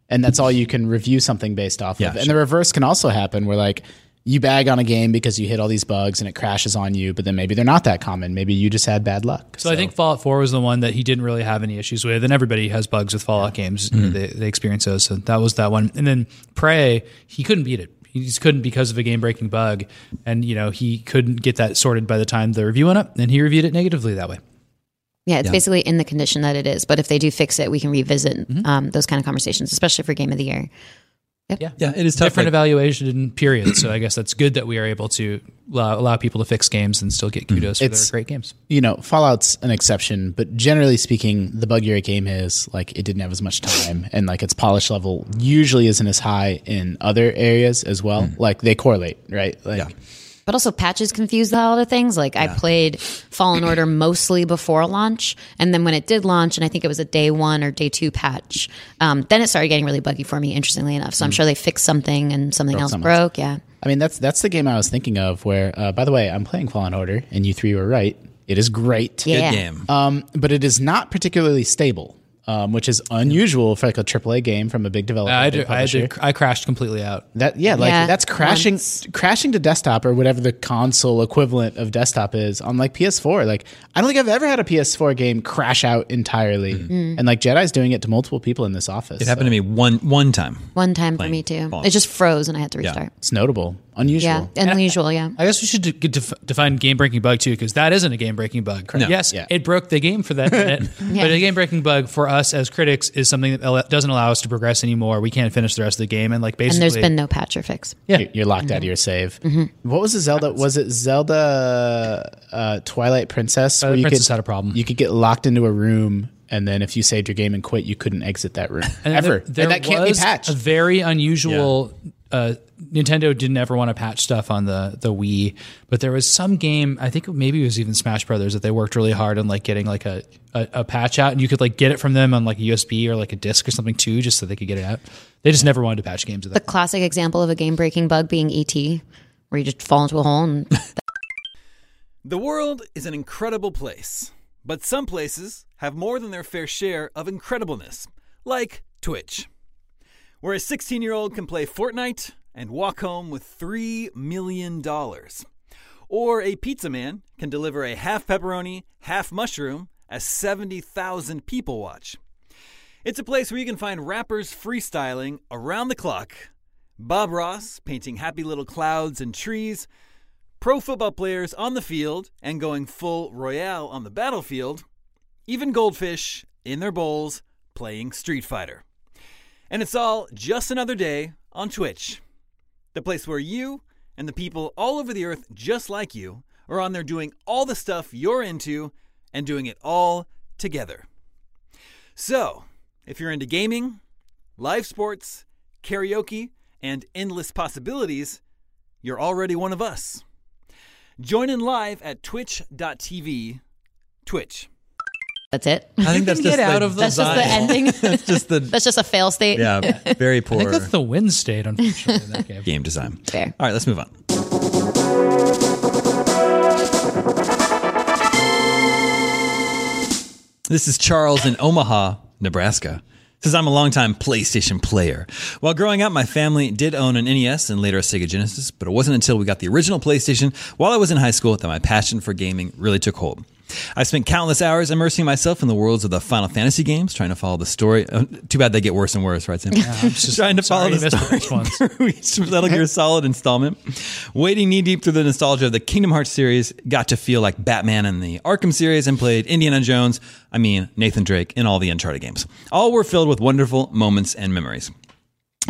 S6: And that's all you can review something based off
S1: Yeah,
S6: of. And
S1: sure.
S6: the reverse can also happen, where like you bag on a game because you hit all these bugs and it crashes on you, but then maybe they're not that common. Maybe you just had bad luck.
S4: So, I think Fallout 4 was the one that he didn't really have any issues with, and everybody has Mm-hmm. bugs with Fallout games. You know, they, they experience those. So that was that one. And then Prey, he couldn't beat it. he just couldn't because of a game breaking bug, and you know he couldn't get that sorted by the time the review went up, and he reviewed it negatively that way.
S5: Yeah, it's basically in the condition that it is. But if they do fix it, we can revisit
S6: Mm-hmm.
S5: um, those kind of conversations, especially for Game of the Year.
S1: Yeah, it is tough.
S4: Different
S1: like-
S4: evaluation period, so I guess that's good that we are able to allow, allow people to fix games and still get kudos for
S6: It's-
S4: their great games.
S6: you know, Fallout's an exception, but generally speaking, the buggier a game is, like it didn't have as much time, and like its polish level usually isn't as high in other areas as well. Like they correlate, right? Like,
S1: Yeah.
S5: But also patches confuse the hell out of things. Like I played Fallen Order mostly before launch, and then when it did launch, and I think it was a day one or day two patch, um, then it started getting really buggy for me. Interestingly enough,
S1: Mm.
S5: so I'm sure they fixed something and something else
S6: something.
S5: broke. Yeah,
S6: I mean, that's that's the game I was thinking of. Where, uh, by the way, I'm playing Fallen Order, and you three were right. It is great.
S5: yeah.
S1: Good game.
S6: Um, but it is not particularly stable, um, which is unusual for like a AAA game from a big developer.
S4: I,
S6: big
S4: did, I,
S6: publisher.
S4: did, I crashed completely out.
S6: That yeah, like
S5: Yeah,
S6: that's crashing
S5: once.
S6: crashing to desktop or whatever the console equivalent of desktop is on like PS4. Like I don't think I've ever had a PS4 game crash out entirely.
S4: Mm-hmm.
S5: Mm.
S6: And like Jedi's doing it to multiple people in this office.
S1: it happened to me one one time.
S5: One time for me too.
S1: Fallen.
S5: It just froze, and I had to restart.
S6: It's notable, unusual.
S5: Yeah, unusual. Yeah.
S4: I guess we should de- def- define game breaking bug too, because that isn't a game breaking bug. Yes,
S6: Yeah.
S4: it broke the game for
S6: <laughs>
S4: that minute, but a game breaking bug for us as critics is something that al- doesn't allow us to progress anymore. We can't finish the rest of the game, and like basically,
S5: And there's been no patch or fix.
S6: You're- You're locked
S5: Mm-hmm.
S6: out of your save. What was the Zelda? Was it Zelda uh, Twilight Princess? where
S4: Princess had a problem.
S6: You could get locked into a room, and then if you saved your game and quit, you couldn't exit that room
S4: And
S6: ever.
S4: There, there
S6: and that can't be
S4: was
S6: patched.
S4: A very unusual. Uh, Nintendo didn't ever want to patch stuff on the the Wii, but there was some game. I think maybe it was even Smash Brothers that they worked really hard on, like getting like a, a, a patch out, and you could like get it from them on like a USB or like a disc or something too, just so they could get it out. They just never wanted to patch games. Of
S5: The
S4: that.
S5: classic example of a game breaking bug being ET, where you just fall into a hole and
S7: The world is an incredible place, but some places have more than their fair share of incredibleness, like Twitch, where a 16 year old can play Fortnite and walk home with $3 million. Or a pizza man can deliver a half pepperoni, half mushroom as 70,000 people watch. It's a place where you can find rappers freestyling around the clock, Bob Ross painting happy little clouds and trees, pro football players on the field and going full royale on the battlefield, even goldfish in their bowls playing Street Fighter. And it's all just another day on Twitch, the place where you and the people all over the earth just like you are on there doing all the stuff you're into and doing it all together. So, if you're into gaming, live sports, karaoke, and endless possibilities, you're already one of us. Join in live at twitch.tv. Twitch.
S5: that's it.
S1: <laughs> I think that's just
S4: can get
S1: the
S4: out of the
S5: That's just the
S4: Design.
S1: <laughs>
S5: ending. <laughs>
S1: That's just
S4: <laughs>
S1: the
S5: That's just a fail state.
S1: yeah, very
S4: I think
S1: poor
S4: that's the win state,
S1: <laughs>
S4: unfortunately, in that game.
S1: game design.
S5: Fair.
S1: All right, let's move on. This is Charles in Omaha, Nebraska. Says I'm a longtime PlayStation player. While growing up, my family did own an NES and later a Sega Genesis, but it wasn't until we got the original PlayStation while I was in high school that my passion for gaming really took hold. I spent countless hours immersing myself in the worlds of the Final Fantasy games, trying to follow the story. Oh, too bad they get worse and worse, right, Sam? <laughs> trying to follow
S4: Sorry, you
S1: the
S4: missed
S1: story
S4: the best ones.
S1: <laughs> through each Metal Gear Solid installment. Wading knee deep through the nostalgia of the Kingdom Hearts series, got to feel like Batman in the Arkham series and played Indiana Jones, I mean, Nathan Drake, in all the Uncharted games. All were filled with wonderful moments and memories.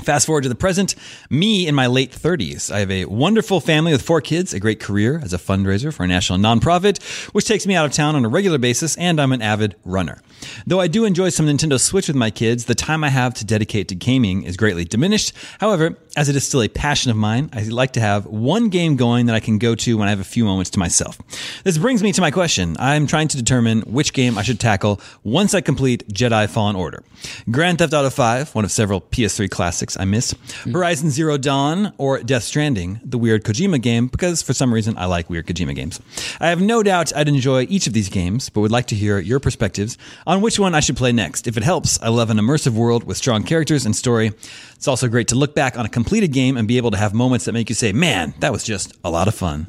S1: Fast forward to the present, me in my late 30s. I have a wonderful family with four kids, a great career as a fundraiser for a national nonprofit, which takes me out of town on a regular basis, and I'm an avid runner. Though I do enjoy some Nintendo Switch with my kids, the time I have to dedicate to gaming is greatly diminished. However, as it is still a passion of mine, I like to have one game going that I can go to when I have a few moments to myself. This brings me to my question. I'm trying to determine which game I should tackle once I complete Jedi Fallen Order. Grand Theft Auto 5, one of several PS3 classics I missed, Horizon Zero Dawn, or Death Stranding, the weird Kojima game, because for some reason I like weird Kojima games. I have no doubt I'd enjoy each of these games, but would like to hear your perspectives on which one I should play next. If it helps, I love an immersive world with strong characters and story. It's also great to look back on a completed game and be able to have moments that make you say, man, that was just a lot of fun.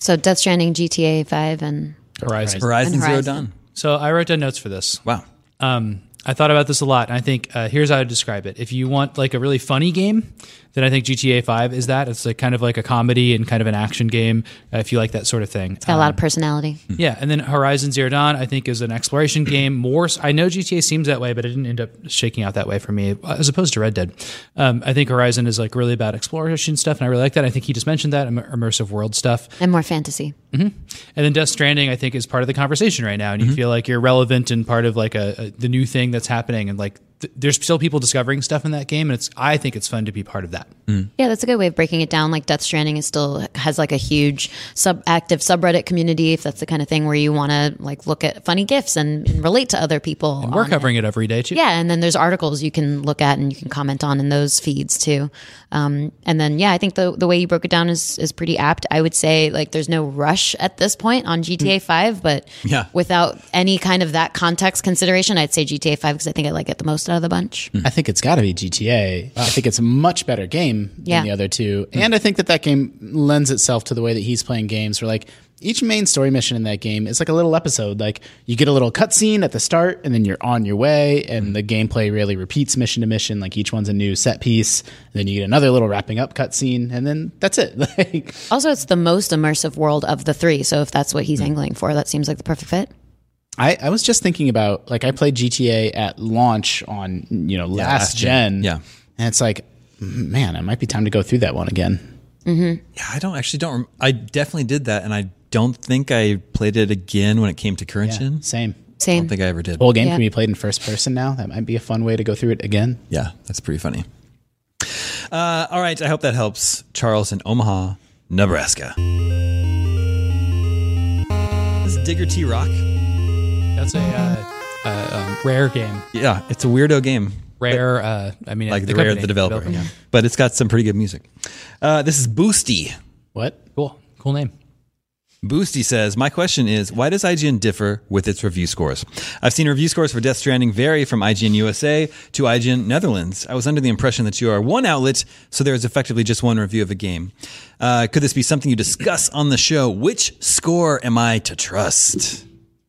S5: So Death Stranding, GTA Five, and
S4: Horizon.
S1: Horizon, Zero
S5: Horizon.
S1: Dawn.
S4: So I wrote down notes for this.
S1: Wow.
S4: Um, I thought about this a lot, and I think uh, here's how I describe it. If you want like a really funny game, then I think GTA Five is that. It's like kind of like a comedy and kind of an action game. Uh, if you like that sort of thing,
S5: Got a lot of personality.
S1: Mm.
S4: yeah, and then Horizon Zero Dawn, I think, is an exploration <clears throat> game. More, s- I know GTA seems that way, but it didn't end up shaking out that way for me, as opposed to Red Dead. Um, I think Horizon is like really about exploration stuff, and I really like that. I think he just mentioned that im- immersive world stuff.
S5: And more fantasy.
S4: And then Death Stranding, I think, is part of the conversation right now, and you
S1: Mm-hmm.
S4: feel like you're relevant and part of like a, a the new thing that's happening, and like th- there's still people discovering stuff in that game, and it's I think it's fun to be part of that.
S1: Mm-hmm.
S5: Yeah, that's a good way of breaking it down. Like Death Stranding is still has like a huge sub active subreddit community if that's the kind of thing where you want to like look at funny gifts and, and relate to other people.
S4: And we're
S5: on it.
S4: covering it every day too.
S5: Yeah, and then there's articles you can look at and you can comment on in those feeds too. Um, and then yeah, I think the the way you broke it down is is pretty apt. I would say like there's no rush at this point on GTA Five, but
S1: Yeah.
S5: without any kind of that context consideration, I'd say GTA Five because I think I like it the most out of the bunch.
S6: I think it's got to be GTA. I think it's a much better game
S5: Yeah.
S6: than the other two, and I think that that game lends itself to the way that he's playing games. Where like each main story mission in that game is like a little episode. Like you get a little cutscene at the start, and then you're on your way, and the gameplay really repeats mission to mission. Like each one's a new set piece, and then you get another little wrapping up cutscene, and then that's it. <laughs> Like
S5: Also, it's the most immersive world of the three. So if that's what he's
S1: Hmm.
S5: angling for, that seems like the perfect fit.
S6: I, I was just thinking about like I played GTA at launch on you know last gen,
S1: Yeah.
S6: and it's like man, it might be time to go through that one again.
S1: Yeah, I don't actually don't. Rem- I definitely did that, and I don't think I played it again when it came to current gen.
S6: Same.
S1: I
S5: Same.
S1: don't think I ever did.
S6: Whole game
S5: Yeah.
S6: can be played in first person now. That might be a fun way to go through it again.
S1: Yeah, that's pretty funny. Uh, all right, I hope that helps. Charles in Omaha, Nebraska. This is Digger T Rock.
S4: That's a uh, uh, um, rare game.
S1: Yeah, it's a weirdo game.
S4: Rare. Uh, I mean,
S1: Like the, rare of
S4: company,
S1: the developer, yeah. but it's got some pretty good music. Uh, this is Boosty.
S6: What?
S4: Cool. Cool name.
S1: Boosty says, My question is, why does IGN differ with its review scores? I've seen review scores for Death Stranding vary from IGN USA to IGN Netherlands. I was under the impression that you are one outlet, so there is effectively just one review of a game. Uh, could this be something you discuss on the show? Which score am I to trust?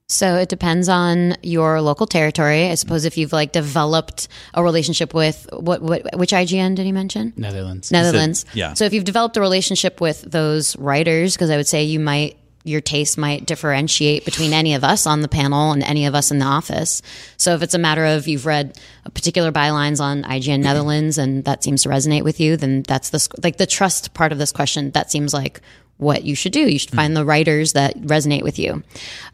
S5: So it depends on your local territory. I suppose if you've like developed a relationship with what, what which IGN did he mention?
S6: Netherlands.
S5: Netherlands.
S1: yeah.
S5: So if you've developed a relationship with those writers, because I would say you might your taste might differentiate between any of us on the panel and any of us in the office. So if it's a matter of you've read a particular bylines on IGN Netherlands and that seems to resonate with you, then that's the sc- like the trust part of this question. That seems like what you should do. You should find the writers that resonate with you.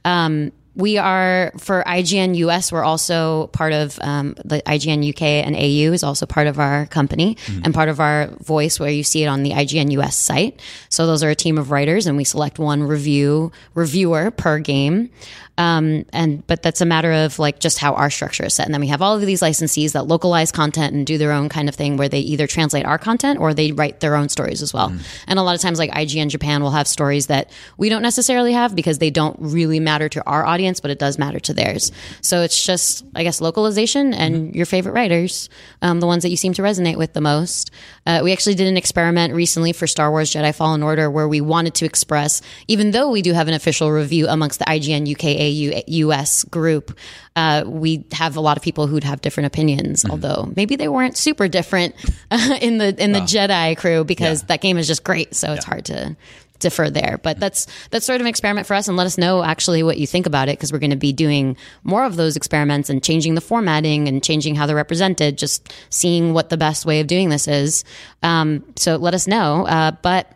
S5: Um, we are for IGN US. We're also part of um, the IGN UK and AU is also part of our company and part of our voice, where you see it on the IGN US site. So those are a team of writers, and we select one review reviewer per game. Um, and but that's a matter of like just how our structure is set. And then we have all of these licensees that localize content and do their own kind of thing, where they either translate our content or they write their own stories as well. And a lot of times, like IGN Japan will have stories that we don't necessarily have because they don't really matter to our audience, but it does matter to theirs. So it's just, I guess, localization and your favorite writers, um, the ones that you seem to resonate with the most. Uh, we actually did an experiment recently for Star Wars Jedi Fallen Order where we wanted to express, even though we do have an official review amongst the IGN UK AU US group, uh, we have a lot of people who'd have different opinions, although maybe they weren't super different <laughs> uh, in the in the Jedi crew because that game is just great. So it's hard to differ there. But that's that's sort of an experiment for us, and let us know actually what you think about it because we're going to be doing more of those experiments and changing the formatting and changing how they're represented. Just seeing what the best way of doing this is. Um, so let us know. Uh, but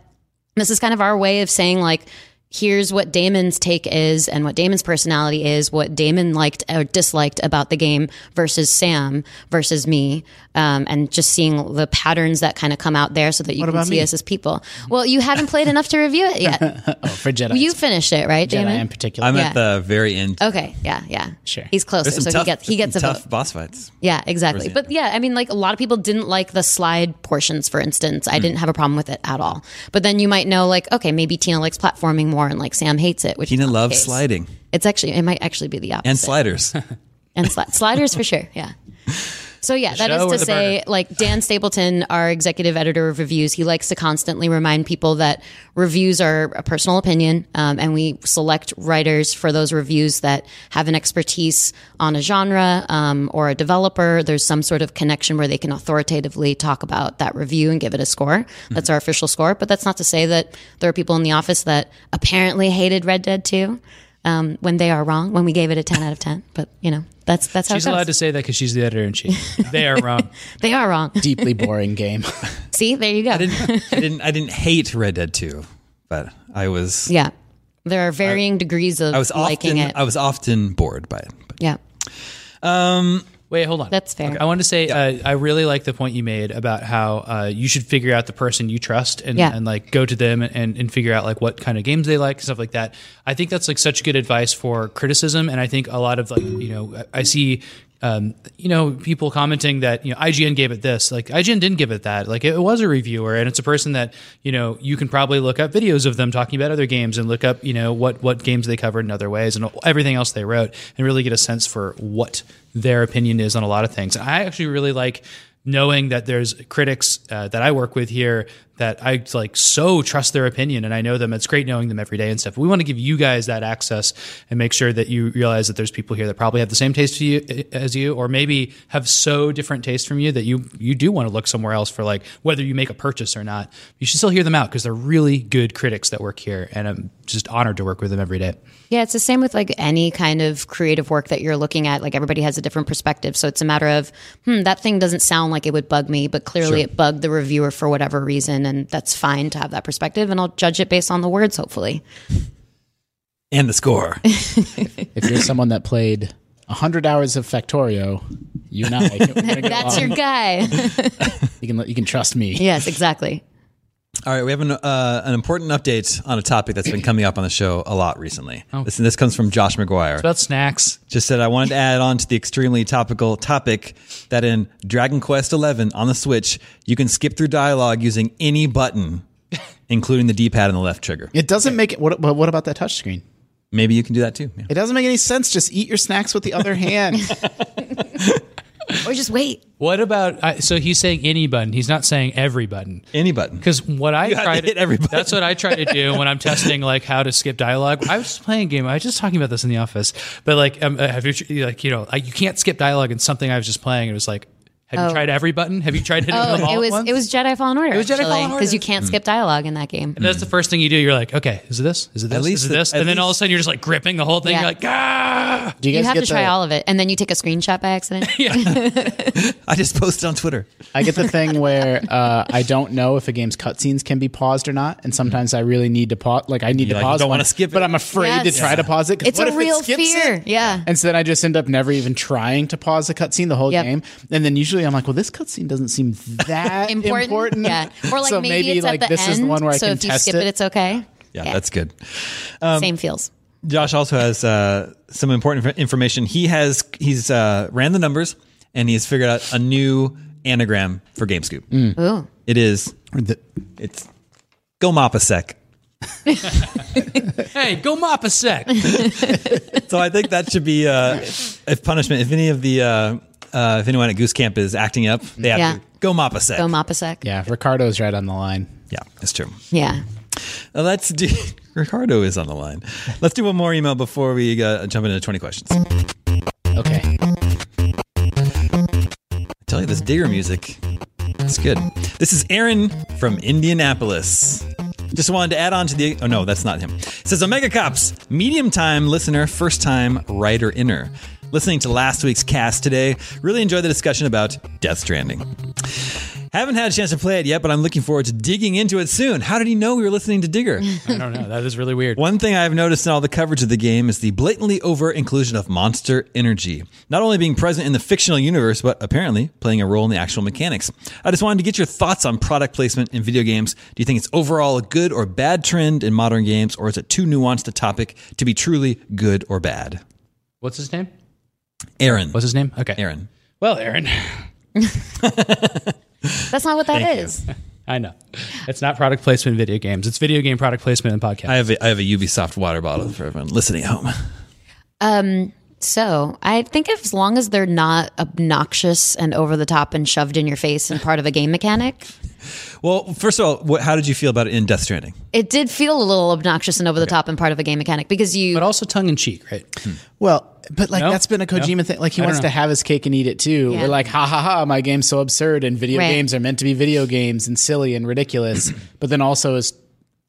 S5: this is kind of our way of saying like here's what damon's take is and what damon's personality is what damon liked or disliked about the game versus sam versus me um, and just seeing the patterns that kind of come out there so that you can
S6: about
S5: see
S6: me?
S5: us as people well you haven't played enough to review it yet
S1: <laughs>
S6: Oh, for Jedi.
S5: you finished it right
S6: Jedi
S5: damon
S6: in particular.
S1: I'm
S5: Yeah.
S1: at the very end.
S5: okay yeah yeah
S6: Sure.
S5: he's closer
S1: There's some
S5: so
S1: tough,
S5: he gets he
S1: there's
S5: gets a
S1: some
S5: vote
S1: tough boss fights.
S5: yeah, exactly. But yeah, I mean, like a lot of people didn't like the slide portions, for instance. I didn't have a problem with it at all. But then you might know, like, okay, maybe Tina likes platforming more, and like Sam hates it. Which is
S1: Tina
S5: not the
S1: loves
S5: case.
S1: sliding
S5: <laughs> It's actually it might actually be the opposite.
S1: and sliders.
S5: and sli- sliders for sure. Yeah. So yeah, that
S4: show
S5: is
S4: or
S5: to
S4: the
S5: say,
S4: burger?
S5: like Dan Stapleton, our executive editor of reviews, he likes to constantly remind people that reviews are a personal opinion, um, and we select writers for those reviews that have an expertise on a genre um, or a developer. There's some sort of connection where they can authoritatively talk about that review and give it a score. That's our official score, but that's not to say that there are people in the office that apparently hated Red Dead Two. Um, when they are wrong, when we gave it a ten out of ten, but you know that's that's how
S4: She's
S5: it goes.
S4: allowed to say that because she's the editor in chief.
S5: <laughs>
S4: They are wrong.
S5: They are wrong.
S6: Deeply boring game.
S5: See, there you go.
S1: I didn't. I didn't hate Red Dead Two, but I was.
S5: Yeah. There are varying degrees of
S1: I was
S5: liking
S1: often.
S5: it.
S1: I was often bored by it. But
S5: yeah.
S4: Wait, hold on.
S5: That's fair.
S4: I wanted to say uh, I really like the point you made about how uh, you should figure out the person you trust and,
S5: Yeah.
S4: and like go to them and, and figure out like what kind of games they like and stuff like that. I think that's like such good advice for criticism, and I think a lot of like you know I I see. Um, you know, people commenting that you know IGN gave it this, like IGN didn't give it that. Like it was a reviewer, and it's a person that you know you can probably look up videos of them talking about other games and look up you know what what games they covered in other ways and everything else they wrote, and really get a sense for what their opinion is on a lot of things. And I actually really like knowing that there's critics uh, that I work with here that I like so trust their opinion and I know them. It's great knowing them every day and stuff. We want to give you guys that access and make sure that you realize that there's people here that probably have the same taste to you, eh, as you, or maybe have so different tastes from you that you you do want to look somewhere else for like whether you make a purchase or not. You should still hear them out because they're really good critics that work here, and I'm just honored to work with them every day.
S5: Yeah, it's the same with like any kind of creative work that you're looking at. Like everybody has a different perspective. So it's a matter of, hmm, that thing doesn't sound like it would bug me, but clearly it bugged the reviewer for whatever reason. And that's fine to have that perspective. And I'll judge it based on the words, hopefully.
S1: and the
S5: <laughs>
S1: score.
S6: if you're someone that played 100 hours of Factorio, you and I, can-
S5: <laughs>
S6: we're gonna go
S5: That's
S6: on.
S5: your guy.
S6: you can let- you can trust me.
S5: yes, exactly.
S1: All right, we have an, uh, an important update on a topic that's been coming up on the show a lot recently. This, this comes from Josh McGuire.
S4: About snacks,
S1: Just said, I wanted to add on to the extremely topical topic that in Dragon Quest XI on the Switch, you can skip through dialogue using any button, including the D pad and the left trigger.
S6: It doesn't make it. What, but what about that touchscreen?
S1: Maybe you can do that too. yeah.
S6: It doesn't make any sense. Just eat your snacks with the
S5: <laughs>
S6: other hand.
S5: Or just wait.
S4: What about? I so he's saying any button. He's not saying every button.
S1: Any button.
S4: Because what I
S1: have
S4: try
S1: to
S4: to
S1: hit every button.
S4: That's what I try to do
S1: <laughs>
S4: when I'm testing like how to skip dialogue. I was just playing a game. I was just talking about this in the office. But like, um, uh, have you like you know like, you can't skip dialogue in something I was just playing. It was like, have you
S5: Oh.
S4: tried every button? Have you tried hitting them
S5: Oh,
S4: all
S5: it
S4: at
S5: was
S4: once?
S5: it was Jedi Fallen Order. It
S4: was Jedi Fallen Order.
S5: because you can't skip dialogue in that game.
S4: And that's the first thing you do. You're like, okay, is it this? Is it this?
S1: least
S4: is it
S1: the-
S4: this?
S1: at
S4: And then all of a
S1: least-
S4: sudden you're just like gripping the whole thing.
S5: Yeah.
S4: You're like, ah.
S6: Do you
S5: You
S6: guys
S5: have
S6: get
S5: to try
S6: the,
S5: all of it, and then you take a screenshot by accident.
S1: I just posted on Twitter.
S6: I get the thing where uh, I don't know if a game's cutscenes can be paused or not, and sometimes I really need to pause. Like I need to
S1: like, you
S6: pause.
S1: don't
S6: one,
S1: wanna skip it.
S6: but I'm afraid
S5: Yes.
S6: to try to pause it. 'cause
S5: It's
S6: what
S5: a
S6: if
S5: real
S6: it skips
S5: fear.
S6: it?
S5: Yeah.
S6: And so then I just end up never even trying to pause a cutscene the whole
S5: Yep.
S6: game, and then usually I'm like, well, this cutscene doesn't seem that important.
S5: <laughs> important. Yeah. Or like
S6: so
S5: maybe, it's
S6: like
S5: at the
S6: this
S5: end.
S6: is the one where I
S5: so
S6: can
S5: if you
S6: test Um,
S5: skip it, it's okay.
S1: Yeah, that's good.
S5: Same feels.
S1: Josh also has uh, some important inf- information. He has he's uh, ran the numbers and he's figured out a new anagram for GameScoop.
S5: Ooh.
S1: It is
S6: The-
S1: it's go mop a sec.
S4: Hey, go mop a
S5: <laughs>
S4: sec.
S1: So I think that should be uh, if punishment. If any of the uh, uh, if anyone at Goose Camp is acting up, they have
S5: Yeah.
S1: to go mop a sec.
S5: Go mop a sec.
S6: yeah, Ricardo's right on the line.
S1: yeah, that's true.
S5: Yeah.
S1: Uh, Let's do. <laughs> Ricardo is on the line. Let's do one more email before we uh, jump into twenty questions. I
S6: Okay,
S1: tell you this digger music. It's good. This is Aaron from Indianapolis. Just wanted to add on to the. Oh no, that's not him. It says Omega Cops, medium time listener, first time writer inner. Listening to last week's cast today, really enjoyed the discussion about Death Stranding. Haven't had a chance to play it yet, but I'm looking forward to digging into it soon. How did he know we were listening to Digger?
S4: I don't know. That is really weird.
S1: One thing I've noticed in all the coverage of the game is the blatantly over inclusion of monster energy, not only being present in the fictional universe, but apparently playing a role in the actual mechanics. I just wanted to get your thoughts on product placement in video games. Do you think it's overall a good or bad trend in modern games, or is it too nuanced a topic to be truly good or bad?
S4: What's his name?
S1: Aaron.
S4: What's his name? Okay,
S1: Aaron.
S4: Well, Aaron. <laughs>
S5: That's not what that
S1: Thank you.
S5: is.
S4: I know. It's not product placement in video games. It's video game product placement in podcasts.
S1: I have a, I have a Ubisoft water bottle for everyone listening at home.
S5: so. I think as long as they're not obnoxious and over the top and shoved in your face and part of a game mechanic,
S1: <laughs> Well, first of all, what, how did you feel about it in Death Stranding?
S5: it did feel a little obnoxious and over the top and part of a game mechanic because you
S4: but also tongue in cheek, right?
S6: Well, but like
S4: No?
S6: that's been a Kojima thing. Like he
S4: I don't
S6: wants to
S4: know.
S6: have his cake and eat it too.
S5: Yeah.
S6: We're like, ha ha ha, my game's so absurd, and video
S5: Right.
S6: games are meant to be video games and silly and
S4: <clears throat>
S6: ridiculous. but then also is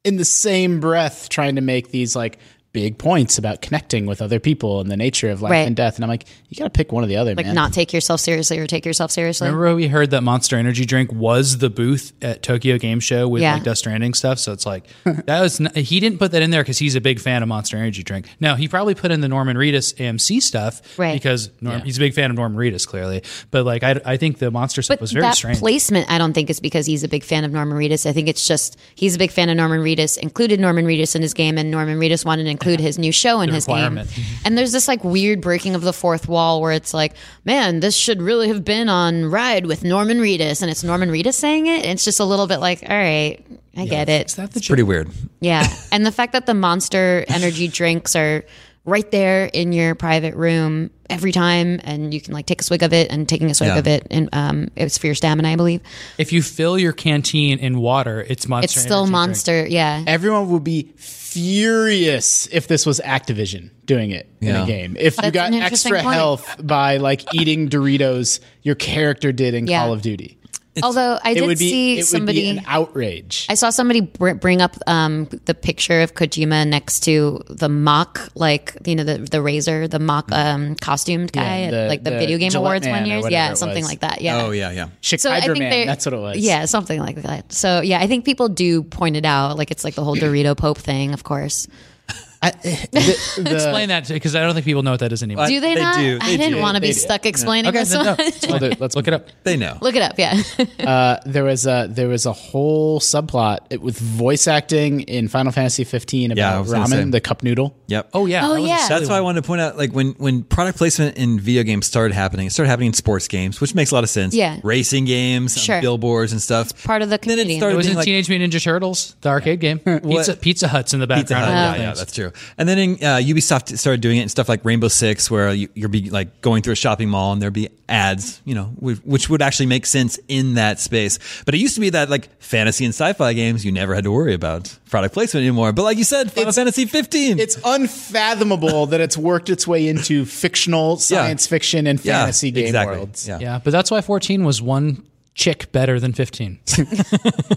S6: in the same breath trying to make these like big points about connecting with other people and the nature of life
S5: Right.
S6: and death. And I'm like, you got to pick one or the other,
S5: like
S6: man.
S5: not take yourself seriously or take yourself seriously.
S4: Remember we heard that Monster Energy drink was the booth at Tokyo Game Show with
S5: Yeah.
S4: like Death Stranding stuff. So it's like that was n he didn't put that in there because he's a big fan of Monster Energy drink. No, he probably put in the Norman Reedus AMC stuff
S5: Right.
S4: because Norm, he's a big fan of Norman Reedus clearly. But like I, I think the monster stuff
S5: But
S4: was very
S5: that
S4: strange.
S5: placement, I don't think is because he's a big fan of Norman Reedus. I think it's just he's a big fan of Norman Reedus, included Norman Reedus in his game, and Norman Reedus wanted to include his new show in his game.
S4: requirement. Mm-hmm.
S5: And there's this like weird breaking of the fourth wall where it's like, man, this should really have been on Ride with Norman Reedus, and it's Norman Reedus saying it. It's just a little bit like, all right, I get it.
S4: Is that the
S1: Pretty weird.
S5: Yeah. <laughs> And the fact that the monster energy drinks are right there in your private room every time and you can like take a swig of it and taking a swig
S1: Yeah.
S5: of it and um it was for your stamina, I believe.
S4: If you fill your canteen in water, it's monster.
S5: It's still
S4: Energy drink.
S5: monster, yeah.
S6: Everyone would be furious if this was Activision doing it in
S1: Yeah.
S6: a game. If you
S5: That's
S6: got
S5: an interesting
S6: extra
S5: point.
S6: health by like eating Doritos, your character did in
S5: Yeah.
S6: Call of Duty.
S5: Although I
S6: it
S5: did
S6: would be
S5: see
S6: it
S5: somebody
S6: would be an outrage.
S5: I saw somebody br- bring up um, the picture of Kojima next to the mock, like you know the the razor, the mock um, costumed guy,
S6: Yeah,
S5: at,
S6: the-
S5: like the,
S6: the
S5: video game
S6: Gillette
S5: awards
S6: Man
S5: one
S6: or
S5: year,
S6: whatever
S5: yeah,
S6: it
S5: something
S6: was.
S5: like that, yeah.
S1: Oh yeah, yeah.
S6: Chick
S5: So I think
S6: Man,
S5: they-
S6: that's what it was.
S5: Yeah, something like that. So yeah, I think people do point it out. Like it's like the whole Dorito Pope thing, of course. <laughs>
S6: <laughs>
S4: Explain that because I don't think people know what that is anymore.
S5: Do they,
S1: They
S5: not?
S1: do,
S5: I
S1: they
S5: didn't
S1: do,
S5: want to be
S6: they do.
S5: stuck explaining
S4: okay,
S5: this
S4: then
S5: one. <laughs>
S4: no.
S6: Well, there- let's
S4: Look it up.
S1: They know.
S5: Look it up. Yeah, <laughs>
S6: There was a there was a whole subplot it- with voice acting in Final Fantasy 15 about
S1: Yeah, I was gonna
S6: ramen,
S1: say.
S6: the cup noodle.
S1: Yep.
S4: Oh yeah.
S5: Oh,
S4: that was a
S5: yeah.
S4: silly
S1: That's why I
S4: one.
S1: wanted to point out, like when when product placement in video games started happening, it started happening in sports games, which makes a lot of sense.
S5: Yeah.
S1: racing games, um,
S5: Sure.
S1: billboards and stuff.
S5: part of the
S1: Then
S5: community.
S1: it started
S4: It was
S1: being
S4: in
S1: like
S4: Teenage Mutant Ninja Turtles, the
S1: <laughs>
S4: arcade game. Pizza, Pizza Hut's in the
S1: Pizza
S4: background.
S1: Hut.
S4: and
S1: Yeah,
S4: things.
S1: yeah, that's true. And then in, uh, Ubisoft started doing it and stuff like Rainbow Six, where you, you're be like going through a shopping mall and there'd be ads, you know, which, which would actually make sense in that space. But it used to be that like fantasy and sci-fi games, you never had to worry about product placement anymore. But like you said, Final
S6: It's-
S1: Fantasy 15.
S6: It's unfathomable that it's worked its way into fictional science fiction and
S1: Yeah,
S6: fantasy game
S1: exactly.
S6: worlds.
S1: Yeah.
S4: Yeah, but that's why 14 was one chick better than
S6: <laughs>
S4: 15.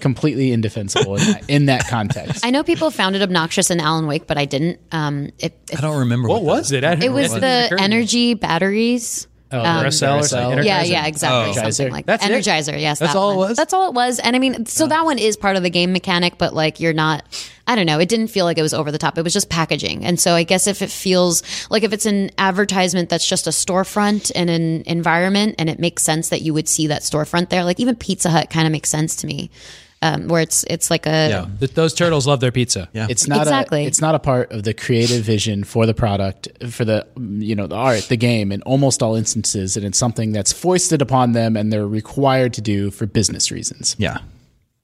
S6: Completely indefensible in that, in that context.
S5: I know people found it obnoxious in Alan Wake, but I didn't. Um, it it,
S1: I don't remember what, that-
S4: it? I don't
S5: it was
S4: remember.
S5: the
S4: Occurred to me.
S5: energy batteries.
S4: Oh,
S5: um,
S4: RSL or
S6: RSL.
S4: something.
S5: Yeah,
S4: Energizer.
S5: yeah, exactly.
S1: Oh.
S5: Something
S6: Energizer.
S5: like that.
S4: That's it?
S5: Energizer, yes.
S4: That's
S5: that
S4: all it
S5: one.
S4: was? Oh.
S5: That's all it was. And I mean, so that one is part of the game mechanic, but like you're not, I don't know, it didn't feel like it was over the top. It was just packaging. And so I guess if it feels like if it's an advertisement that's just a storefront in an environment and it makes sense that you would see that storefront there, like even Pizza Hut kind of makes sense to me. Um, where it's it's like a
S1: Yeah.
S4: Th- those turtles love their pizza.
S1: Yeah.
S6: It's not
S5: Exactly.
S6: a it's not a part of the creative vision for the product for the you know the art the game in almost all instances and it's something that's foisted upon them and they're required to do for business reasons.
S1: Yeah.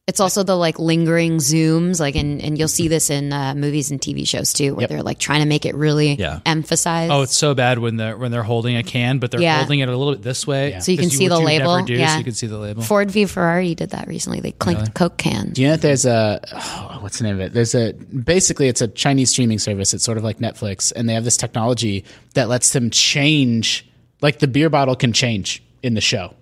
S5: It's also the like lingering zooms, like and and you'll see this in uh, movies and TV shows too, where they're like trying to make it really
S1: Yeah.
S5: emphasized.
S4: Oh, it's so bad when they're when they're holding a can, but they're
S5: Yeah.
S4: holding it a little bit this way,
S5: So you can
S4: 'cause
S5: see
S4: which
S5: the
S4: you never
S5: label,
S4: do,
S5: yeah.
S4: so you can see the label.
S5: Ford v Ferrari did that recently. They clinked Coke cans.
S6: Do you know that there's a oh, what's the name of it? There's a basically it's a Chinese streaming service. It's sort of like Netflix, and they have this technology that lets them change, like the beer bottle can change in the show.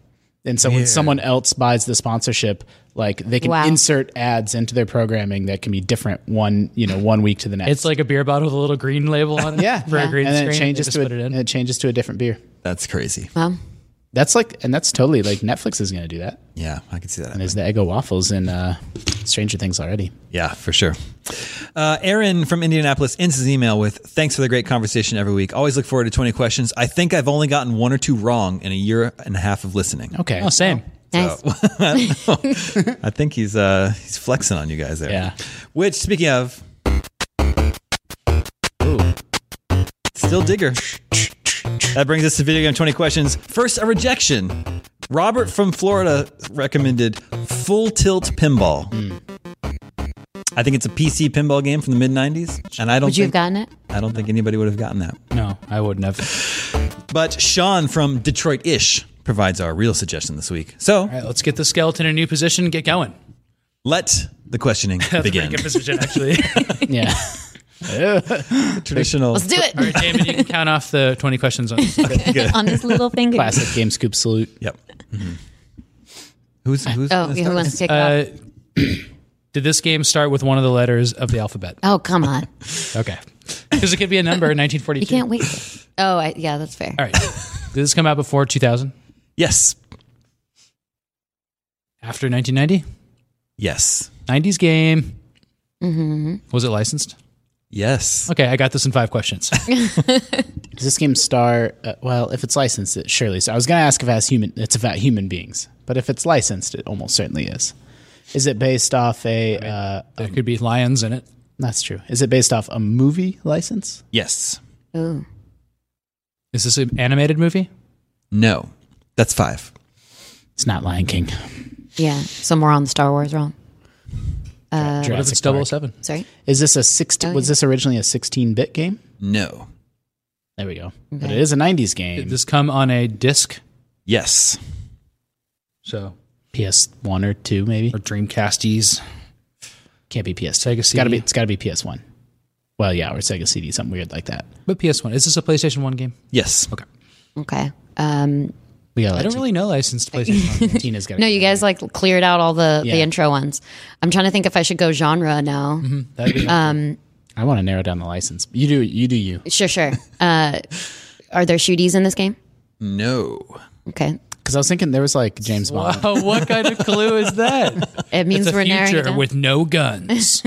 S6: And so when someone else buys the sponsorship, like they can
S5: Wow.
S6: insert ads into their programming that can be different one you know one week to the next.
S4: it's like a beer bottle with a little green label on it.
S6: yeah,
S4: for
S6: yeah.
S4: a green
S6: and then
S4: screen.
S6: it
S4: they
S6: changes
S4: just
S6: to a,
S4: put it in.
S6: and it changes to a different beer.
S1: That's crazy.
S5: Well,
S6: That's like, and that's totally like Netflix is going to do that.
S1: Yeah. I can see that.
S6: There's the Eggo waffles in uh, Stranger Things already.
S1: Yeah, for sure. Uh, Aaron from Indianapolis ends his email with Thanks for the great conversation every week. Always look forward to 20 questions. I think I've only gotten one or two wrong in a year and a half of listening.
S6: Okay,
S4: Oh, same.
S5: nice.
S1: <laughs> I think he's uh, he's flexing on you guys there.
S6: Yeah.
S1: Which, speaking of, still digger. That brings us to video game 20 questions. First, a rejection. Robert from Florida recommended Full Tilt Pinball.
S4: Hmm.
S1: I think it's a PC pinball game from the mid 90s, and I don't
S5: Would you have
S1: think
S5: gotten it?
S1: I don't think anybody would have gotten that.
S4: No, I wouldn't have.
S1: But Sean from Detroit ish provides our real suggestion this week. So
S4: All right, let's get the skeleton in a new position. Get going.
S1: let the
S4: <laughs>
S1: questioning
S4: Pretty
S1: begin.
S4: good position, actually. All
S6: <laughs>
S4: <laughs>
S6: Yeah.
S1: Traditional.
S5: Let's do
S4: right,
S5: it
S4: <laughs> Damon, you can count off the 20 questions on
S5: <laughs>
S4: this.
S5: on his little finger.
S6: Classic Game Scoop salute.
S1: Yep. Mhm. Who's who's gonna
S5: Oh, yeah, who
S1: start?
S5: wants to take it off?
S4: Uh, <clears throat> did this game start with one of the letters of the alphabet?
S5: Oh, come on.
S4: Okay. <laughs> Because it could be a number in
S5: You
S4: 1942.
S5: can't
S4: <laughs>
S5: wait. Oh, I, yeah, that's fair.
S4: All right. Did this come out before 2000?
S1: Yes.
S4: After 1990?
S1: Yes.
S4: 90s game. Was it licensed?
S1: Yes.
S4: Okay, I got this in five <laughs> questions.
S6: Does this game star? Uh, well, if it's licensed, it surely. So I was going to ask if it has human. It's about human beings, but if it's licensed, it almost certainly is. Is it based off a? uh,
S4: there could be lions in it.
S6: that's true. Is it based off a movie license?
S1: Yes.
S5: Ooh.
S4: Is this an animated movie?
S1: No. That's five.
S6: It's not Lion King.
S5: Yeah, somewhere on the Star Wars realm. Uh,
S4: What if it's
S6: Jurassic
S4: double
S6: Park.
S4: seven?
S5: Sorry.
S6: Is this a sixteen?
S5: Oh,
S6: was
S5: yeah.
S6: this originally a sixteen-bit game?
S1: No.
S6: There we go. But it is a '90s game.
S4: Did this come on a disc?
S1: Yes.
S4: So
S6: PS One or two, maybe.
S4: or Dreamcasties.
S6: Can't be PS.
S4: Sega
S6: It's got to
S4: CD.
S6: be. It's got to be PS One. Well, yeah, or Sega CD, something weird like that.
S4: But PS1. Is this a PlayStation 1 game?
S1: Yes.
S4: Okay.
S5: Okay. Um,
S6: We got.
S4: I don't really know licensed PlayStation 1.
S6: <laughs> Tina's got.
S5: no, you guys like cleared out all the, the
S6: Yeah.
S5: intro ones. I'm trying to think if I should go genre now.
S4: That'd be
S6: I want to narrow down the license. You do. You do. You.
S5: Sure, sure. Uh, are there shooties in this game?
S1: No.
S5: Okay.
S6: Because I was thinking there was like James Bond.
S4: <laughs> wow, what kind of clue is that?
S5: It
S4: <laughs>
S5: means
S4: It's a
S5: we're narrowing it
S4: future
S5: down.
S4: with no <laughs> guns.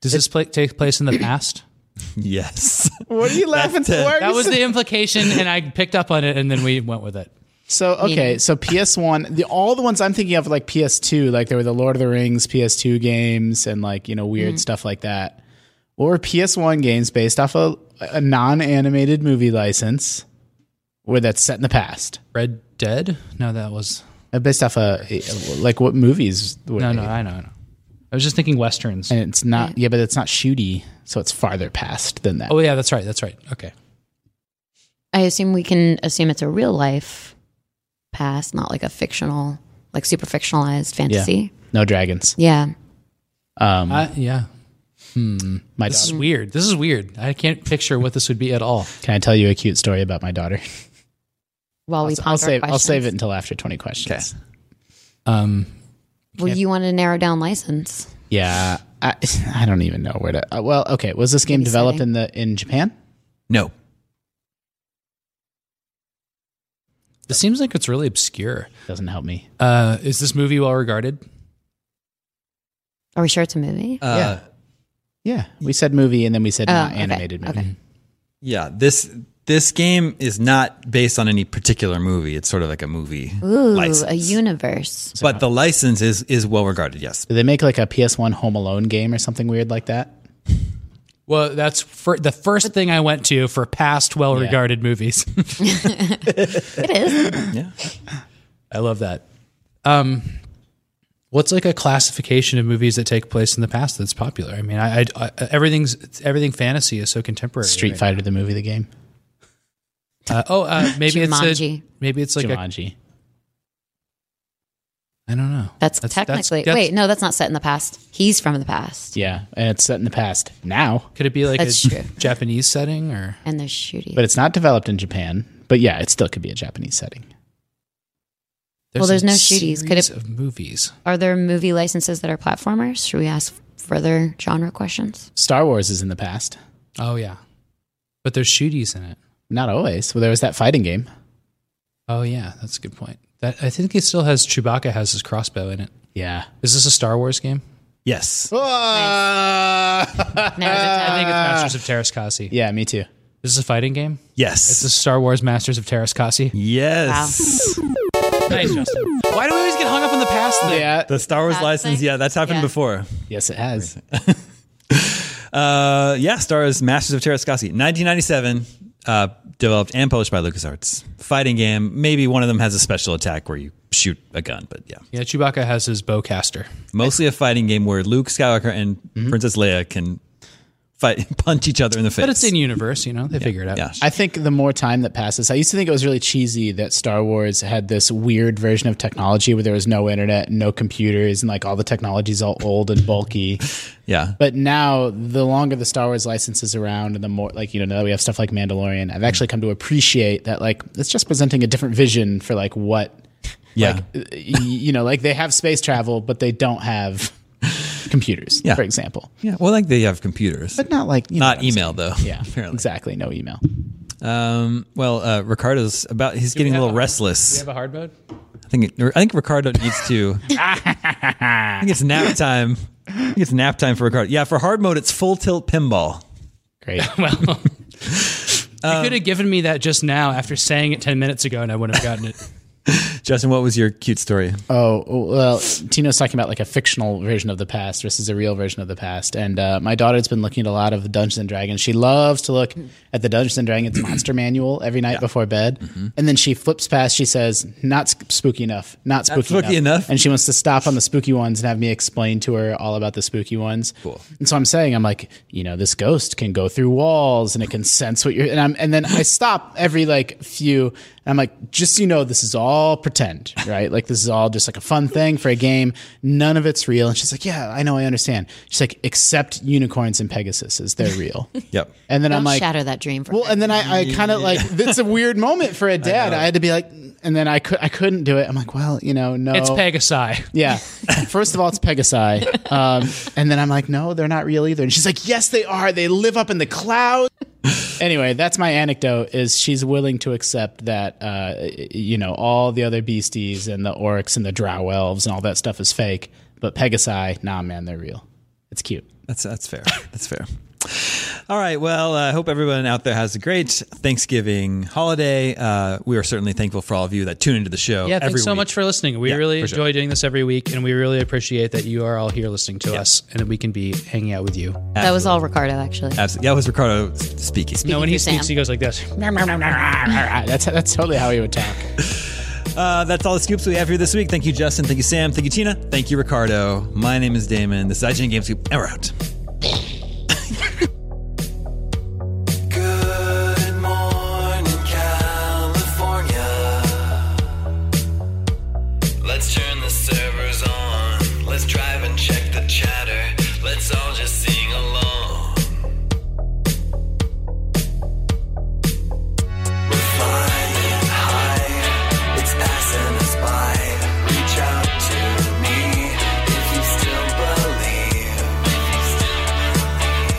S4: Does this play, take place in the past?
S1: Yes. <laughs>
S6: What are you laughing for?
S4: That was the implication, and I picked up on it, and then we went with it.
S6: so okay. So PS One, the all the ones I'm thinking of, like PS Two, like there were the Lord of the Rings PS Two games, and like you know weird stuff like that, or PS One games based off a, a non animated movie license, where that's set in the past,
S4: Red Dead? No, that was
S6: Uh, based off a like what movies? Were
S4: no,
S6: they?
S4: no, I know, I know. I was just thinking westerns.
S6: And it's not yeah, but it's not shooty, so it's farther past than that.
S4: Oh yeah, that's right, that's right. Okay,
S5: I assume we can assume it's a real life past, not like a fictional, like super fictionalized fantasy.
S6: No dragons.
S5: Yeah.
S6: Um,
S4: I, yeah.
S6: my
S4: This is
S6: daughter.
S4: weird. This is weird. I can't picture what this would be at all.
S6: Can I tell you a cute story about my daughter?
S5: While we
S6: So
S5: ponder
S6: I'll save.
S5: questions.
S6: I'll save it until after twenty questions.
S4: Um,
S5: Well, you want to narrow down license.
S6: Yeah, I, <laughs> I don't even know where to. Uh, well, okay. Was this game
S5: Pretty
S6: developed
S5: exciting.
S6: in the in Japan?
S1: No.
S4: this seems like it's really obscure.
S6: Doesn't help me.
S4: Uh, is this movie well regarded?
S5: Are we sure it's a movie?
S1: Uh,
S6: Yeah, we said movie and then we said
S5: Oh,
S6: not
S5: okay,
S6: animated movie. Mm-hmm.
S5: okay.
S1: yeah. This this game is not based on any particular movie. It's sort of like a movie
S6: Uh,
S5: Ooh,
S1: license.
S5: a universe.
S1: but the license is is well regarded.
S4: <clears throat>
S1: Yes.
S6: Did they make like a PS1 Home Alone game or something weird like that?
S4: Well, that's for, the first thing I went to for past well-regarded movies. <laughs>
S5: It is.
S1: Yeah.
S4: I love that. Um, what's like a classification of movies that take place in the past that's popular? I mean, I, I, I everything's everything fantasy is so contemporary.
S6: Street
S4: right?
S6: Fighter, the movie, the game.
S4: Uh, oh, uh, maybe it's a,
S5: Jumanji.
S4: maybe it's like a,
S6: Jumanji.
S4: I don't know.
S5: That's,
S4: That's- that's-
S5: technically.
S4: that's-
S5: wait, no, that's not set in the past. He's from the past.
S6: yeah, and it's set in the past now,
S4: Could it be like a
S5: That's true.
S4: Japanese setting or
S5: And there's shooting.
S6: but it's not developed in Japan. But yeah, it still could be a Japanese setting.
S5: Well, there's
S4: a
S5: no shooties. Could it-
S4: series of movies?
S5: Are there movie licenses that are platformers? Should we ask further genre questions?
S6: Star Wars is in the past.
S4: Oh yeah, but there's shooties in it.
S6: Not always. Well, there was that fighting game.
S4: Oh yeah, that's a good point. That I think it still has Chewbacca has his crossbow in it.
S6: Yeah.
S4: Is this a Star Wars game?
S1: Yes.
S4: I
S5: No,
S4: think it's Masters of Terrascasi.
S6: yeah, me too.
S4: Is this a fighting game? It's a
S1: Yes.
S4: Star Wars Masters of Terrascasi.
S1: Yes.
S4: Nice, Justin. Why do we always get hung up on the past thing?
S6: Yeah.
S1: The Star Wars
S5: That
S1: license.
S5: thing?
S1: Yeah, that's happened
S5: Yeah.
S1: before.
S6: Yes, it has.
S1: Uh, yeah, stars Masters of Terrascasi, 1997, uh, developed and published by LucasArts. Fighting game. Maybe one of them has a special attack where you shoot a gun, but yeah.
S4: Yeah, Chewbacca has his bowcaster.
S1: Mostly a fighting game where Luke Skywalker and <laughs> Princess Leia can fight, punch each other in the face.
S4: But it's in universe, you know. They figure it out.
S1: yeah.
S6: I think the more time that passes, I used to think it was really cheesy that Star Wars had this weird version of technology where there was no internet, no computers, and like all the technology's all old and <laughs> bulky.
S1: yeah.
S6: But now, the longer the Star Wars license is around, and the more, like, you know, now that we have stuff like Mandalorian, I've actually come to appreciate that, like, it's just presenting a different vision for, like, what,
S1: yeah.
S6: y- you know, like they have space travel, but they don't have computers,
S1: Yeah.
S6: for example.
S1: yeah. Well, like they have computers.
S6: But not like, you know what
S1: not
S6: I'm
S1: email, though.
S6: saying. Yeah,
S1: <laughs> Apparently.
S6: exactly. No email.
S1: Um, well, uh, Ricardo's about, he's getting a
S4: have
S1: little
S4: a-
S1: restless.
S4: a hard mode.
S1: I think I think Ricardo needs to. I think it's nap time. I think it's nap time for Ricardo. Yeah, for hard mode, it's full tilt pinball. <laughs>
S6: Great.
S4: Well,
S1: Um,
S4: you could have given me that just now after saying it ten minutes ago, and I wouldn't
S1: <laughs>
S4: have gotten it.
S1: Justin, what was your cute story?
S6: Oh well, Tino's talking about like a fictional version of the past versus a real version of the past, and uh, my daughter's been looking at a lot of Dungeons and Dragons. She loves to look at the Dungeons and Dragons monster manual every night before bed,
S1: Mm-hmm.
S6: and then she flips past. She says, "Not sp- spooky enough, not spooky,
S1: spooky enough.
S6: and she wants to stop on the spooky ones and have me explain to her all about the spooky ones. Cool. And so I'm saying, I'm like, you know, this ghost can go through walls and it can sense what you're. And I'm, and then I stop every like few. And I'm like, just so you know, this is all pretend, right? Like this is all just like a fun thing for a game. None of it's real. And she's like, yeah, I know, I understand. She's like, except unicorns and Pegasuses, they're real.
S1: Yep.
S6: And then
S5: Don't
S6: I'm like,
S5: shatter that dream for
S6: well,
S5: me.
S6: and then I, I kind of like it's a weird moment for a dad. <laughs> I, had to be like, and then I could I couldn't do it. I'm like, well, you know, no,
S4: It's Pegasi.
S6: yeah. <laughs> First of all, it's Pegasi. Um, and then I'm like, no, they're not real either. And she's like, yes, they are. They live up in the clouds. <laughs> anyway, that's my anecdote is she's willing to accept that, uh, you know, all the other beasties and the oryx and the drow elves and all that stuff is fake. But Pegasi, nah, man, they're real. It's cute.
S1: That's that's fair. That's fair. All right. Well, I hope everyone out there has a great Thanksgiving holiday. Uh, we are certainly thankful for all of you that tune into the show.
S4: Yeah,
S1: every
S4: thanks so
S1: week.
S4: much for listening. We really
S1: for sure.
S4: enjoy doing this every week, and we really appreciate that you are all here listening to us and that we can be hanging out with you.
S5: that was all Ricardo, actually.
S1: Absolutely. Yeah, it was Ricardo s- speaking.
S4: no, when
S5: for
S4: he speaks,
S5: Sam.
S4: he goes like this.
S6: that's, that's totally how he would talk.
S1: Uh, that's all the scoops we have here this week. Thank you, Justin. Thank you, Sam. Thank you, Tina. Thank you, Ricardo. My name is Damon. This is IGN Game Scoop, and we're out.
S2: <laughs> Good morning, California. Let's turn the servers on. Let's drive and check the chatter. Let's all just sing along. We're flying high. It's passing us by. Reach out to me if you still believe. If you still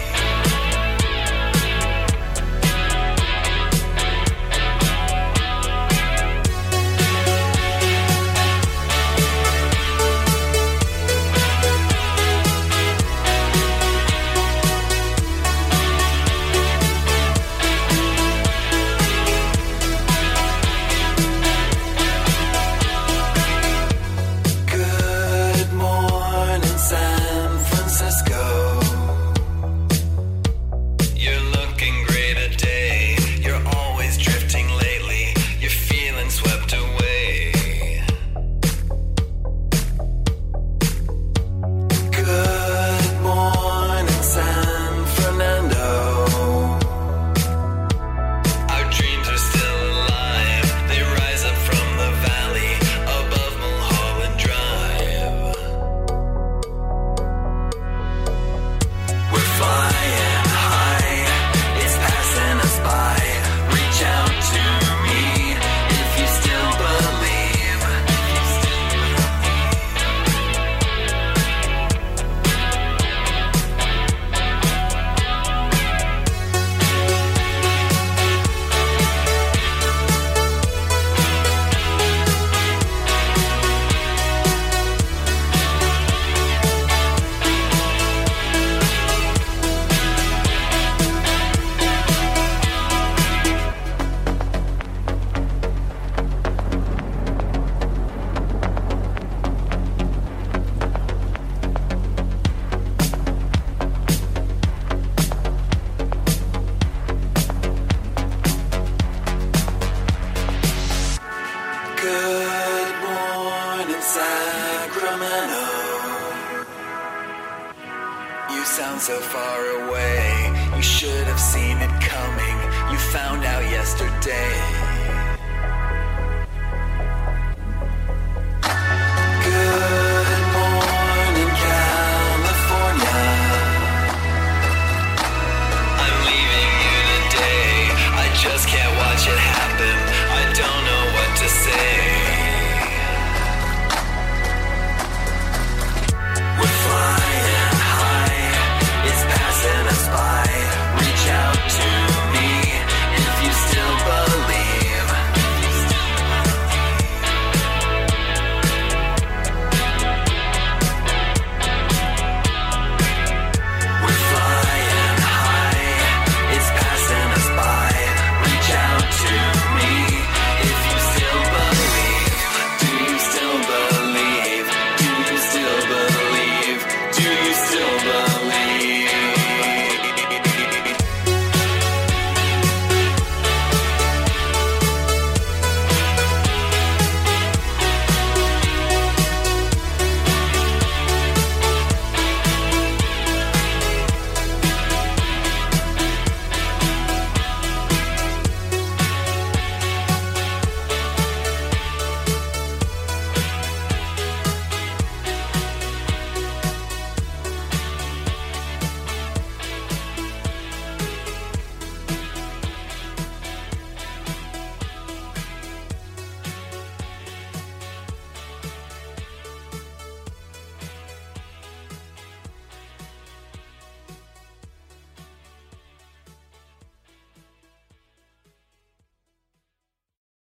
S2: you sound so far away. You should have seen it coming. You found out yesterday. Good.